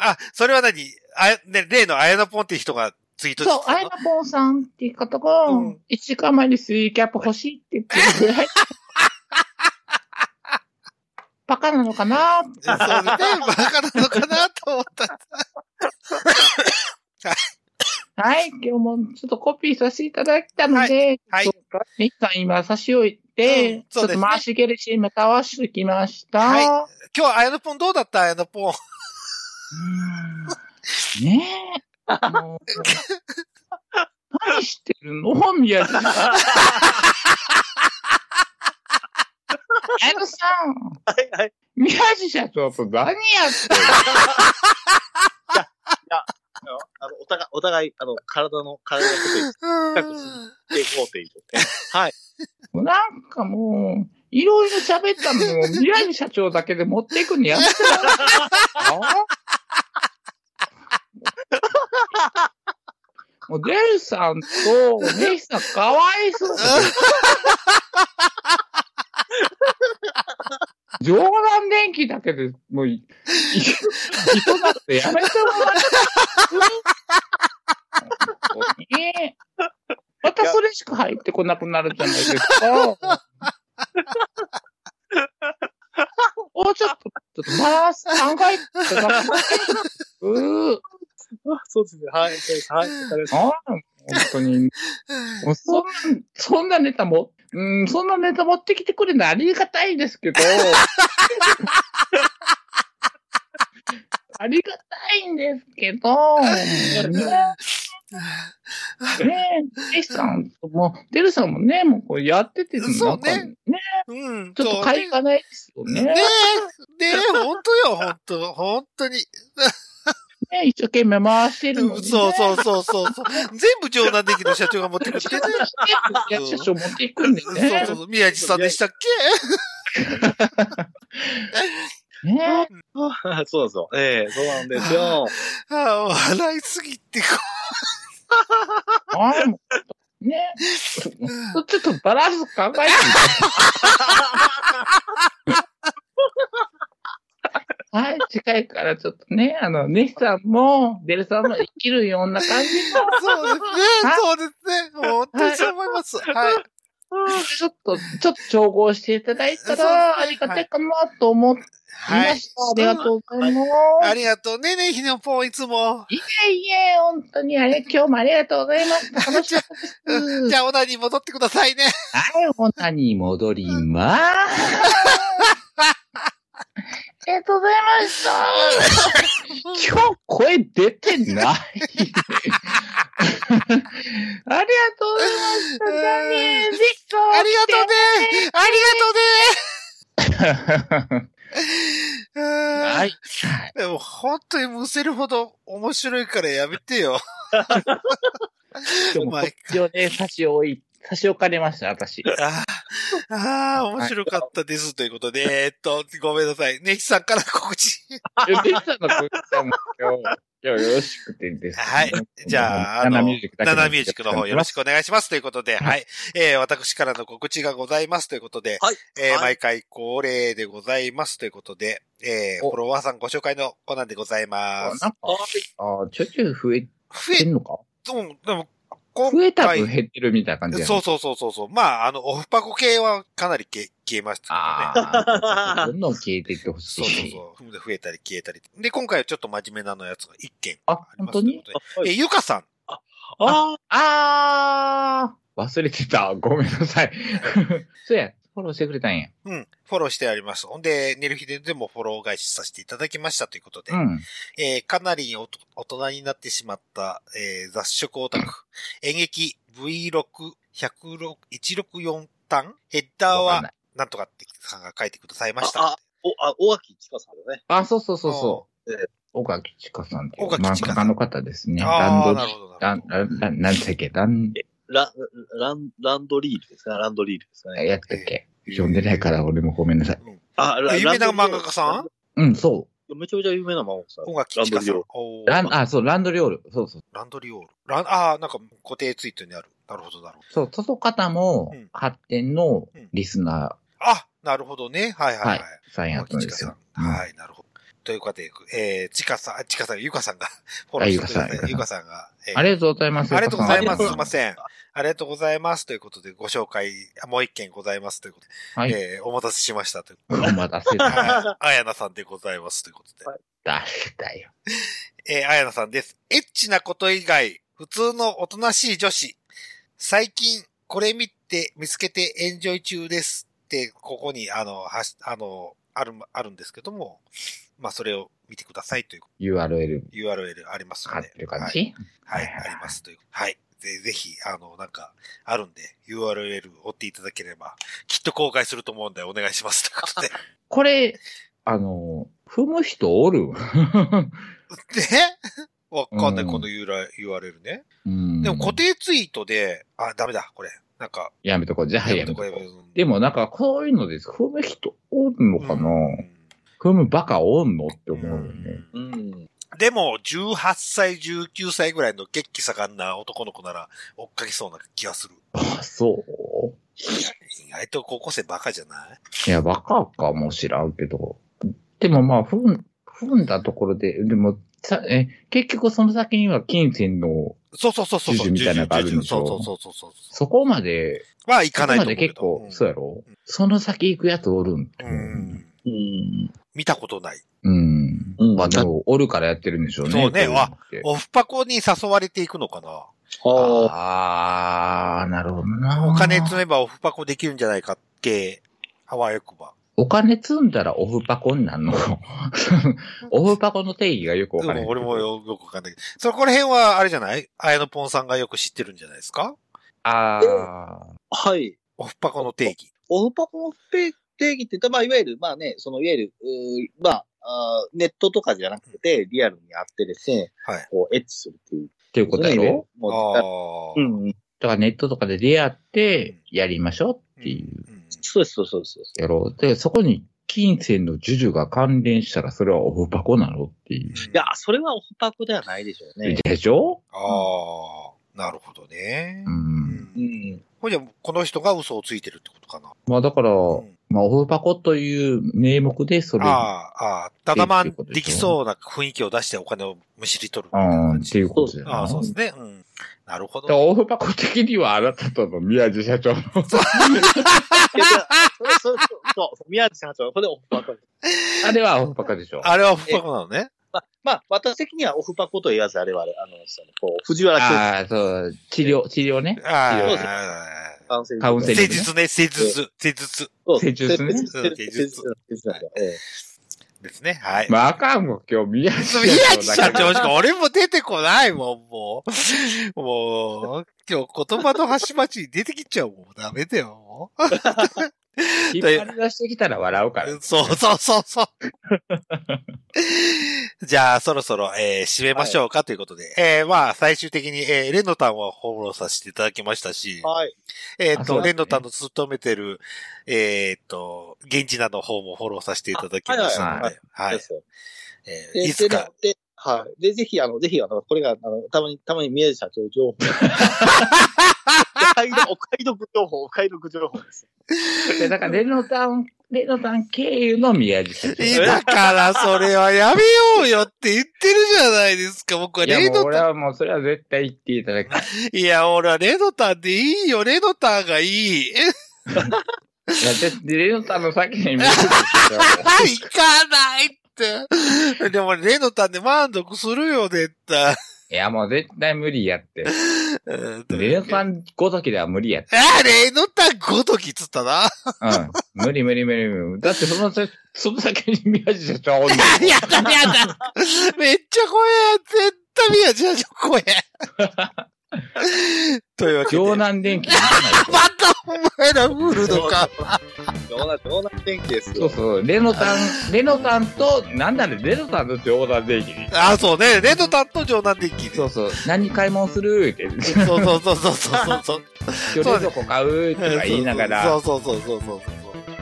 S1: あ、それは何あ、ね、例のあやのぽんって人がツイート
S8: そう、
S1: た
S8: あやのぽんさんっていう方が、
S1: うん
S8: 1時間前にスイーキャップ欲しいって言ってるぐらい。 バカなのかな
S1: そうね、バカなのかなと思った。
S8: はい、今日もちょっとコピーさせていただいたので、
S1: はいはい
S8: ミッさん今差し置いて、
S1: うん
S8: ち
S1: そう
S8: ょっ
S1: ですね
S8: と回し蹴りし、また合わせてきました。
S1: は 今日、あやのぽんどうだったあやのぽん。
S2: うーんねえ。あの
S8: 何してるの 宮地さん。あのさん、
S3: はい、はい。
S8: 宮地社長と何やってる
S3: あの、お互い、お互い、あの、体の、体のことにしていこ うということね。はい。
S2: もうなんかもう、いろいろ喋ったのも、未来社長だけで持っていくのやめてくださいもう、デルさんと、ネイさん、かわいそう。冗談電気だけで、もうい、い、人だってやめてもらって。ねまたそれしか入ってこなくなるじゃないですか。もうちょっと、ちょっと、まあ、考えてください。うー
S3: そうですね。はい。 はい。お疲れ様です
S2: ああ、本当に。もうそんな、そんなネタも、うん、そんなネタ持ってきてくれるのありがたいですけど。ありがたいんですけど、ねえ、ねえ、デさんとも、デルさんもね、もうこうやってて、
S1: そうね
S2: なんかね、
S1: うん。
S2: ちょっと会がないですよね。
S1: ねえ、
S2: ね
S1: ねえ、本当よ、本当本当に。
S2: え一生懸命回してるのに、ね。
S1: そうそうそうそうそう。全部冗談できる社長が持ってくってね。
S2: 役者賞持っていくんで
S1: そう
S2: ね。
S1: そうそう。宮地さんでしたっ
S2: ねえ。
S3: あそうですよ。ええそうなんですよ。
S1: けあー笑いすぎて、
S2: ああ、もうねえ。ちょっとバランス考えてみて。はい、近いからちょっとね、あの、ネヒさんも、デルさんも生きるような感じの、
S1: そうですね、そうですね。本当にそう思います。はい。
S2: ちょっと、ちょっと調合していただいたら、ありがたいかなと思って
S1: は
S2: ま
S1: い。
S2: した。ありがとうございます。
S1: ありがとうねね、ひねぽん、いつも。
S2: いえいえ、本当にあれ、今日もありがとうございました。楽しかったです。
S1: じゃあ、オナに戻ってくださいね。
S2: はい、オナに戻ります。
S8: りがとうございました。
S2: 今日声出てない。ありがとうございました。
S1: うん
S2: ダニエルでした
S1: ありがとうね。ありがとうね。
S2: はい。
S1: でも本当にむせるほど面白いからやめてよ。
S2: 今日もこっちをね、差し置い、差し置かれました、私。
S1: ああ、ああ、面白かったです。ということで、えーっと、ごめんなさい。ネヒさんから告知。
S2: いや、できたの、こっちはもう今日、今日よろしくてですね。
S1: はい。じゃあ、あの、ナナ
S2: ナナミ
S1: ミ
S2: ュ
S1: ュ
S2: ー
S1: ージ
S2: ジックだけ
S1: ックの方よろしくお願いしますということで、はい。えー私からの告知がございますということで、
S3: はい
S1: えー
S3: はい
S1: 毎回恒例でございますということで、えー
S2: お
S1: フォロワーさんご紹介のコーナーでございま
S2: なん
S1: す。
S2: か、あちょいちょい増え
S1: 増
S2: て
S1: え、
S2: んのか
S1: どうでも、今回
S2: 増えた分減ってるみたいな感じだよね
S1: そうそうそうそうそう。まあ、あの、オフパコ系はかなり消え消えましたけどね。
S2: ああ、どんどん消えていってほし
S1: そ
S2: い。
S1: うそうそ う。増えたり消えたり。で、今回はちょっと真面目なのやつが1件
S2: あ、
S1: あり
S2: 本
S1: ま
S2: 当
S1: すという
S2: に
S1: ことで。えー、ゆかさん。
S3: あ
S2: あー、忘れてた。ごめんなさい。 そうや、フォローしてくれたんや。
S1: うん。フォローしてあります。ほんで、寝る日ででもフォロー返しさせていただきましたということで。
S2: うん。
S1: えーかなりおと大人になってしまった、えー雑食オタク。演劇 V6164 単ヘッダー
S2: わかんな、
S1: はいなんとかってさんが書いてくださいま
S3: あ、
S1: した
S3: あ。、お、あ、大垣千佳さんだね。
S2: あ、そうそうそうそう
S3: うんえ。
S2: 岡木千佳さんっていう。
S1: 岡木千佳さん
S2: 漫画家の方ですね。
S1: あ
S2: ラ
S1: あ、
S2: ンド
S1: な
S2: リ
S1: るほど、な
S2: ラ
S1: る
S2: ン
S1: ほ、ど。
S2: ラン、ラン、なんでしたっけラン、
S3: ラ、ラン、ランドリールですね。ランドリールですね。
S2: やったっけ読んでないから俺もごめんなさい。
S3: あ、ラ
S1: 有名な
S3: ランドリー
S1: 漫
S3: ル
S1: 画家さ
S2: うん、そ
S3: めちゃめちゃ有名な漫画家さん。
S1: 音楽聴きかさん。お
S2: う。
S1: ー
S2: ラン、あ、そう、ランドリオール。そうそう。
S1: ランドリオール。ラン、ああ、なんか固定ツイートにある。なるほど、なるほど。
S2: そう、その方も
S1: うん、
S2: 発展のリスナ
S1: あ、なるほどね。はいはい
S2: ー、
S1: は。
S2: はいい、さんやったんですよ。
S1: マキチカさんはい、なるほど。ということで、えー、チカさん、あチカさん、ユカさんが、フォローしてくださ
S2: あ
S1: い。
S2: ユ
S1: ユ
S2: カ
S1: カさんが、えー
S2: ありがとうございます。
S1: ありがとうございます。
S2: ゆ
S1: す
S2: か
S1: いま
S2: ん
S1: せん。ありがとうございます。ということで、ご紹介、あもう一件ございます。ということで、
S2: はい
S1: えーお待たせしました。ということで、
S2: お待たせいただきまし
S1: はいあやなさんでございます。ということで、
S2: た。だよ。
S1: えー、あやなさんです。エッチなこと以外、普通のおとなしい女子。最近、これ見て、見つけてエンジョイ中ですって、ここに、あの、はし、あの、ある、あるんですけども、まあ、それを見てくださいという
S2: URL
S1: URL あります
S2: 貼
S1: の
S2: っ
S1: で。
S2: てる感
S1: はい、
S2: じ
S1: はい
S2: はいは
S1: あ
S2: い
S1: りますという。はい。ぜぜひ、あの、なんか、あるんで、URL 追っていただければ、きっと公開すると思うんで、お願いします。という ことで。
S2: これ、あの、踏む人おる
S1: で、わかんない、
S2: うん
S1: 今度言うら言われるね。
S2: うん。
S1: でも固定ツイートで、あ、ダメだ、これ。なんか、
S2: やめとこう。じゃあやめとこ
S1: こ
S2: う
S1: れ。
S2: でもなんかこういうので踏む人おんのかな、
S1: うん
S2: 踏むバカおんのって思うよね。
S9: うん。
S1: でも、18歳、19歳ぐらいの血気盛んな男の子なら追っかけそうな気がする。
S2: あ、そう
S1: 意外と高校生バカじゃない
S2: いや、バカかもしらんけど。でもまあ、踏ん、踏んだところで、でも、さえ結局その先には金銭の、
S1: そうそうそうそう。
S2: ジュジュみたいなのがあるんでしょ
S1: ジュジュそうそうそうそう。
S2: そこまで、
S1: は行
S2: そ
S1: か
S2: こ
S1: ないと思
S2: ま
S1: う
S2: で
S1: け
S2: 結
S1: ど。
S2: 構、そうやろ、
S1: うん
S2: その先行くやつおるん。
S1: うん。
S3: うん。
S1: 見たことない。
S2: うん。
S3: うん
S2: まあでも、おるからやってるんでしょうね。
S1: そうね
S2: こいのって
S1: オフパコに誘われていくのかな
S3: ああ。
S2: あー、なるほどな。
S1: お金積めばオフパコできるんじゃないかって、ハワイよくば。
S2: お金積んだらオフパコになんの オフパコの定義がよくわ
S1: で
S2: からない。
S1: も俺もよよくわかんないけど。そこら辺は、あれじゃないあやのぽんさんがよく知ってるんじゃないですか
S2: ああ。
S3: はい。
S1: オフパコの定義。
S3: オフパコの定義って言ったら、まあ、いわゆる、まあね、その、いわゆる、うーまあ、あーネットとかじゃなくて、リアルにあってですね、
S1: はい
S3: こう、エッチするっていう。
S2: っていうことやろ
S3: もう
S1: ああ。
S3: だう。ん、うん
S2: だからネットとかで出会って、やりましょうっていう。
S1: うん。
S3: そうです、そうですそうです。そうです
S2: やろで、そこに金銭の授受が関連したら、それはオフパコなのっていう。
S1: い
S3: いや、それはオフパコではないでしょうね。
S2: でしょ
S1: ああ、なるほどね
S2: う。ん。
S1: う
S3: うんん。
S1: これじゃあこの人が嘘をついてるってことかな。
S2: まあだから、
S1: ん
S2: まあオフパコという名目でそれ、
S1: ああ、ああ、ただま
S2: ってい
S1: ん
S2: うことでし
S1: で
S2: ょ
S1: きそうな雰囲気を出してお金をむしり取るみ
S2: う、
S1: たいなん
S2: っ
S1: 感
S2: てい
S1: じ
S2: う。ことじゃない
S1: ああ、そうですね。うん。なるほ
S2: だから
S1: ど。
S2: オフパコ的にはあなたとの宮地 社長の
S3: いやそれそれそうそう、宮地社長、それオフパコ。
S2: あれはオフパカでしょ。
S1: あれはオフパコなのね。
S3: まあ、まあ、私的にはオフパコと言わず、あれはあれ、あの、そのこう、藤原教
S2: ああ、そう、治療、治療ね。
S3: そうです
S1: ああ。
S3: 授
S2: カウンセリン
S1: 施
S2: グね
S1: 術ね、施術、施術
S3: そう
S2: 施術ね
S3: 施術
S1: うん
S3: 施術施術ええ
S1: ですね。はい。
S2: まあ、あかんもん、今日、宮地
S1: そ
S2: 社
S1: う宮地
S2: 長だ
S1: 社
S2: けど。
S1: 長しか俺も出てこないもん、もう。もう、今日言葉の端々に出てきちゃうもん。ダメだよ、もう。
S2: 引っ張り出してきたら笑うから。
S1: そうそうそう そう。じゃあ、そろそろ、えー締めましょうかということで。えーまあ、最終的に、えーレンノタンはフォローさせていただきましたし、
S3: はい。
S1: えっ、
S2: あそ
S1: と、
S2: うですね
S1: レンノタンの勤めてる、えっ、と、現地なの方もフォローさせていただきましたので、はい。
S3: ですよ
S1: えー
S3: で
S1: いつ
S3: で
S1: か、
S3: で、はい。で、ぜひ、あの、ぜひ、あの、これが、あの、たまに、たまに宮地社 長情報。お買い得お買い得情報、お買い得情報です。
S2: でだから、レノタン、レノタン 経由の宮地社長。
S1: いやだから、それはやめようよって言ってるじゃないですか。僕はい
S2: や、
S1: レ
S2: も
S1: ノ
S2: う俺
S1: タン。
S2: はもう、それは絶対言っていただきたい。
S1: いや、俺はレノタンでいいよ。レノタンがいい。
S2: いや絶対レノタンの先に 宮地社長。
S1: 行かないって。でも、レノタンで満足するよ、絶対。
S2: いや、もう絶対無理やって。
S1: うん
S2: レノタンごときでは無理やって。
S1: あ、レノタンごときっつったな。
S2: うん。無理無理無理無理。だって、その先、その先に宮地社長 おんの。
S1: やだやだ。めっちゃ怖え。絶対宮地社長怖え。というわけで。
S2: 城
S1: ま
S2: 南電機見てないでしょ
S1: たお前ら売るのか。
S3: 冗談、冗談天気です
S2: そう
S3: よ。
S2: そう、レノ タン、レノタンと、なんだね、レノタンと冗談でいい。
S1: あ、そうね。レノタンと冗談で聞いて。
S2: そうそう、何買い物するって、今
S1: そうそうそうそうそう そう。
S2: 日冷蔵庫買うとか言いなが
S1: そ
S2: ら
S1: う、そうそうそうそうそう。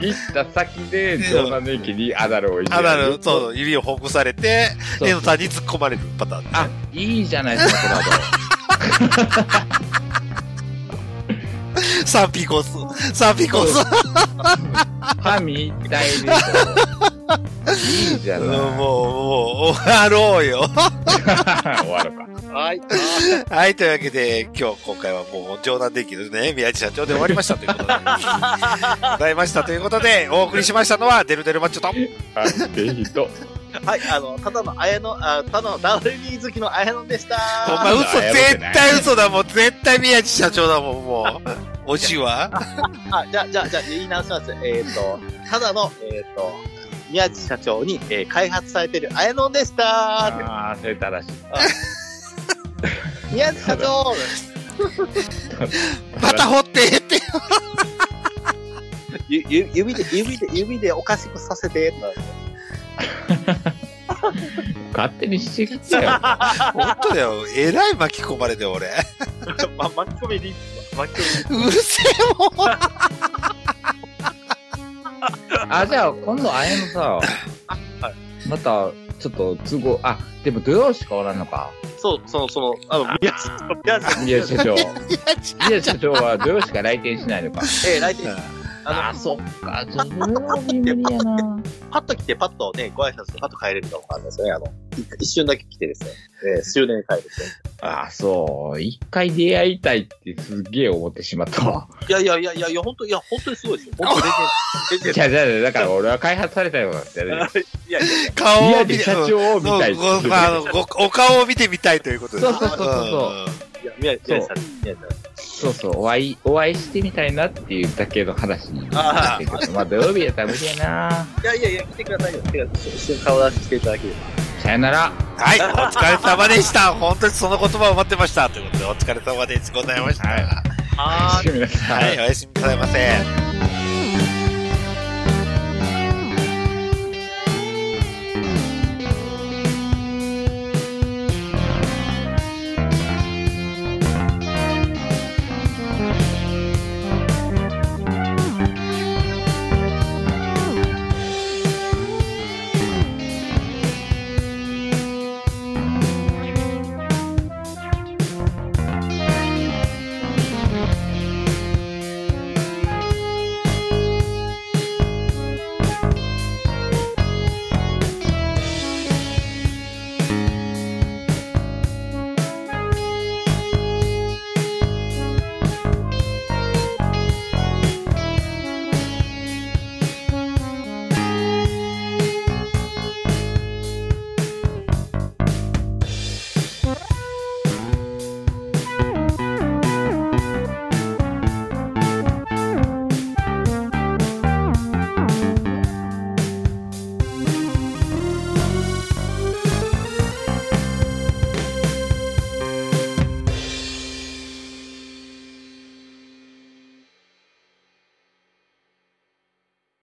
S2: 行った先で冗談でいにアダルを入れ
S1: あ、なるほど。
S2: そ
S1: そうう、指をほぐされて、
S2: そう
S1: レノタンに突っ込まれるパターンね。
S2: あ、いいじゃないですか、コラボ。
S1: 賛否コース。賛否コース。
S2: 神一体でしょ。いいじゃ
S1: もう、
S2: ない。
S1: もう、終わろうよ。
S2: 終わるか。
S3: はい。
S1: はい、というわけで、今日、今回はもう冗談できるね、宮地社長で終わりましたということで、ございましたということで、お送りしましたのは、デルデルマッチョと、
S2: あ、ぜひと。
S3: はい、あの、ただの綾野、あただのダブルビー好きの綾野でした。
S1: お前嘘、
S2: あ
S1: 絶対嘘だもん、絶対宮地社長だもん、もう。惜しいわ。
S3: あ、じゃあ、じゃあ、じゃあ、言い直します。えっ、と、ただの、えっ、と、宮地社長に、えー開発されている綾野でした。
S2: ああ、それ正しい。
S3: 宮地社長
S1: また掘ってって。
S3: ゆゆ指で、指で、指でおかしくさせて。
S2: 勝手にしてきたよ。
S1: 本当だよ。えらい巻き込まれて、俺。
S3: ま、巻き込みでいいっすわ巻き込みでいい
S1: うる
S3: っす
S1: せえもん。
S2: あ、じゃあ、今度、あやのさ、また、ちょっと都合、あ、でも土曜しかおらんのか。
S3: そう、その、その、あの、宮地、宮地さん、
S2: 宮地社長。宮地社長は土曜しか来店しないのか。
S3: えー、来店、
S2: あ
S3: あ
S2: あ、そっか。ちょっと
S3: の、パッと来て、パッとね、ご挨拶して、パッと帰れるかもわかんないですよね。あの、い一瞬だけ来てですね、えー、終電帰るですね。
S2: ああ、そう。一回出会いたいってすげえ思ってしまったわ。
S3: いやいやいやいやいや、本当いや、本当にすごいですよ。本当にレジェンド。レ
S2: じ
S3: ジェ
S2: ゃあ、じゃあ、だから俺は開発されたようだってね。
S3: ンド。いやいやいや、
S1: 顔を
S2: 宮
S1: 見
S2: 地
S1: て、
S2: 社
S1: うん
S2: 長を見たいって
S1: そうごあのごお顔を見てみたいということですね。
S2: そうそうそうそう
S3: いや宮地さん、宮地さん。
S2: そうそう、お会い、お会いしてみたいなっていうだけの話になってるけど、まあ土曜日やったら無理やな。
S3: いやいやいや、来てくださいよ。来てください。一緒に顔出ししていただければ。
S2: さよなら。
S1: うんはい、お疲れ様でした。本当にその言葉を待ってました。ということで、お疲れ様でございました。は
S3: は
S2: おやすみなさい
S1: い、おやすみなさいませ。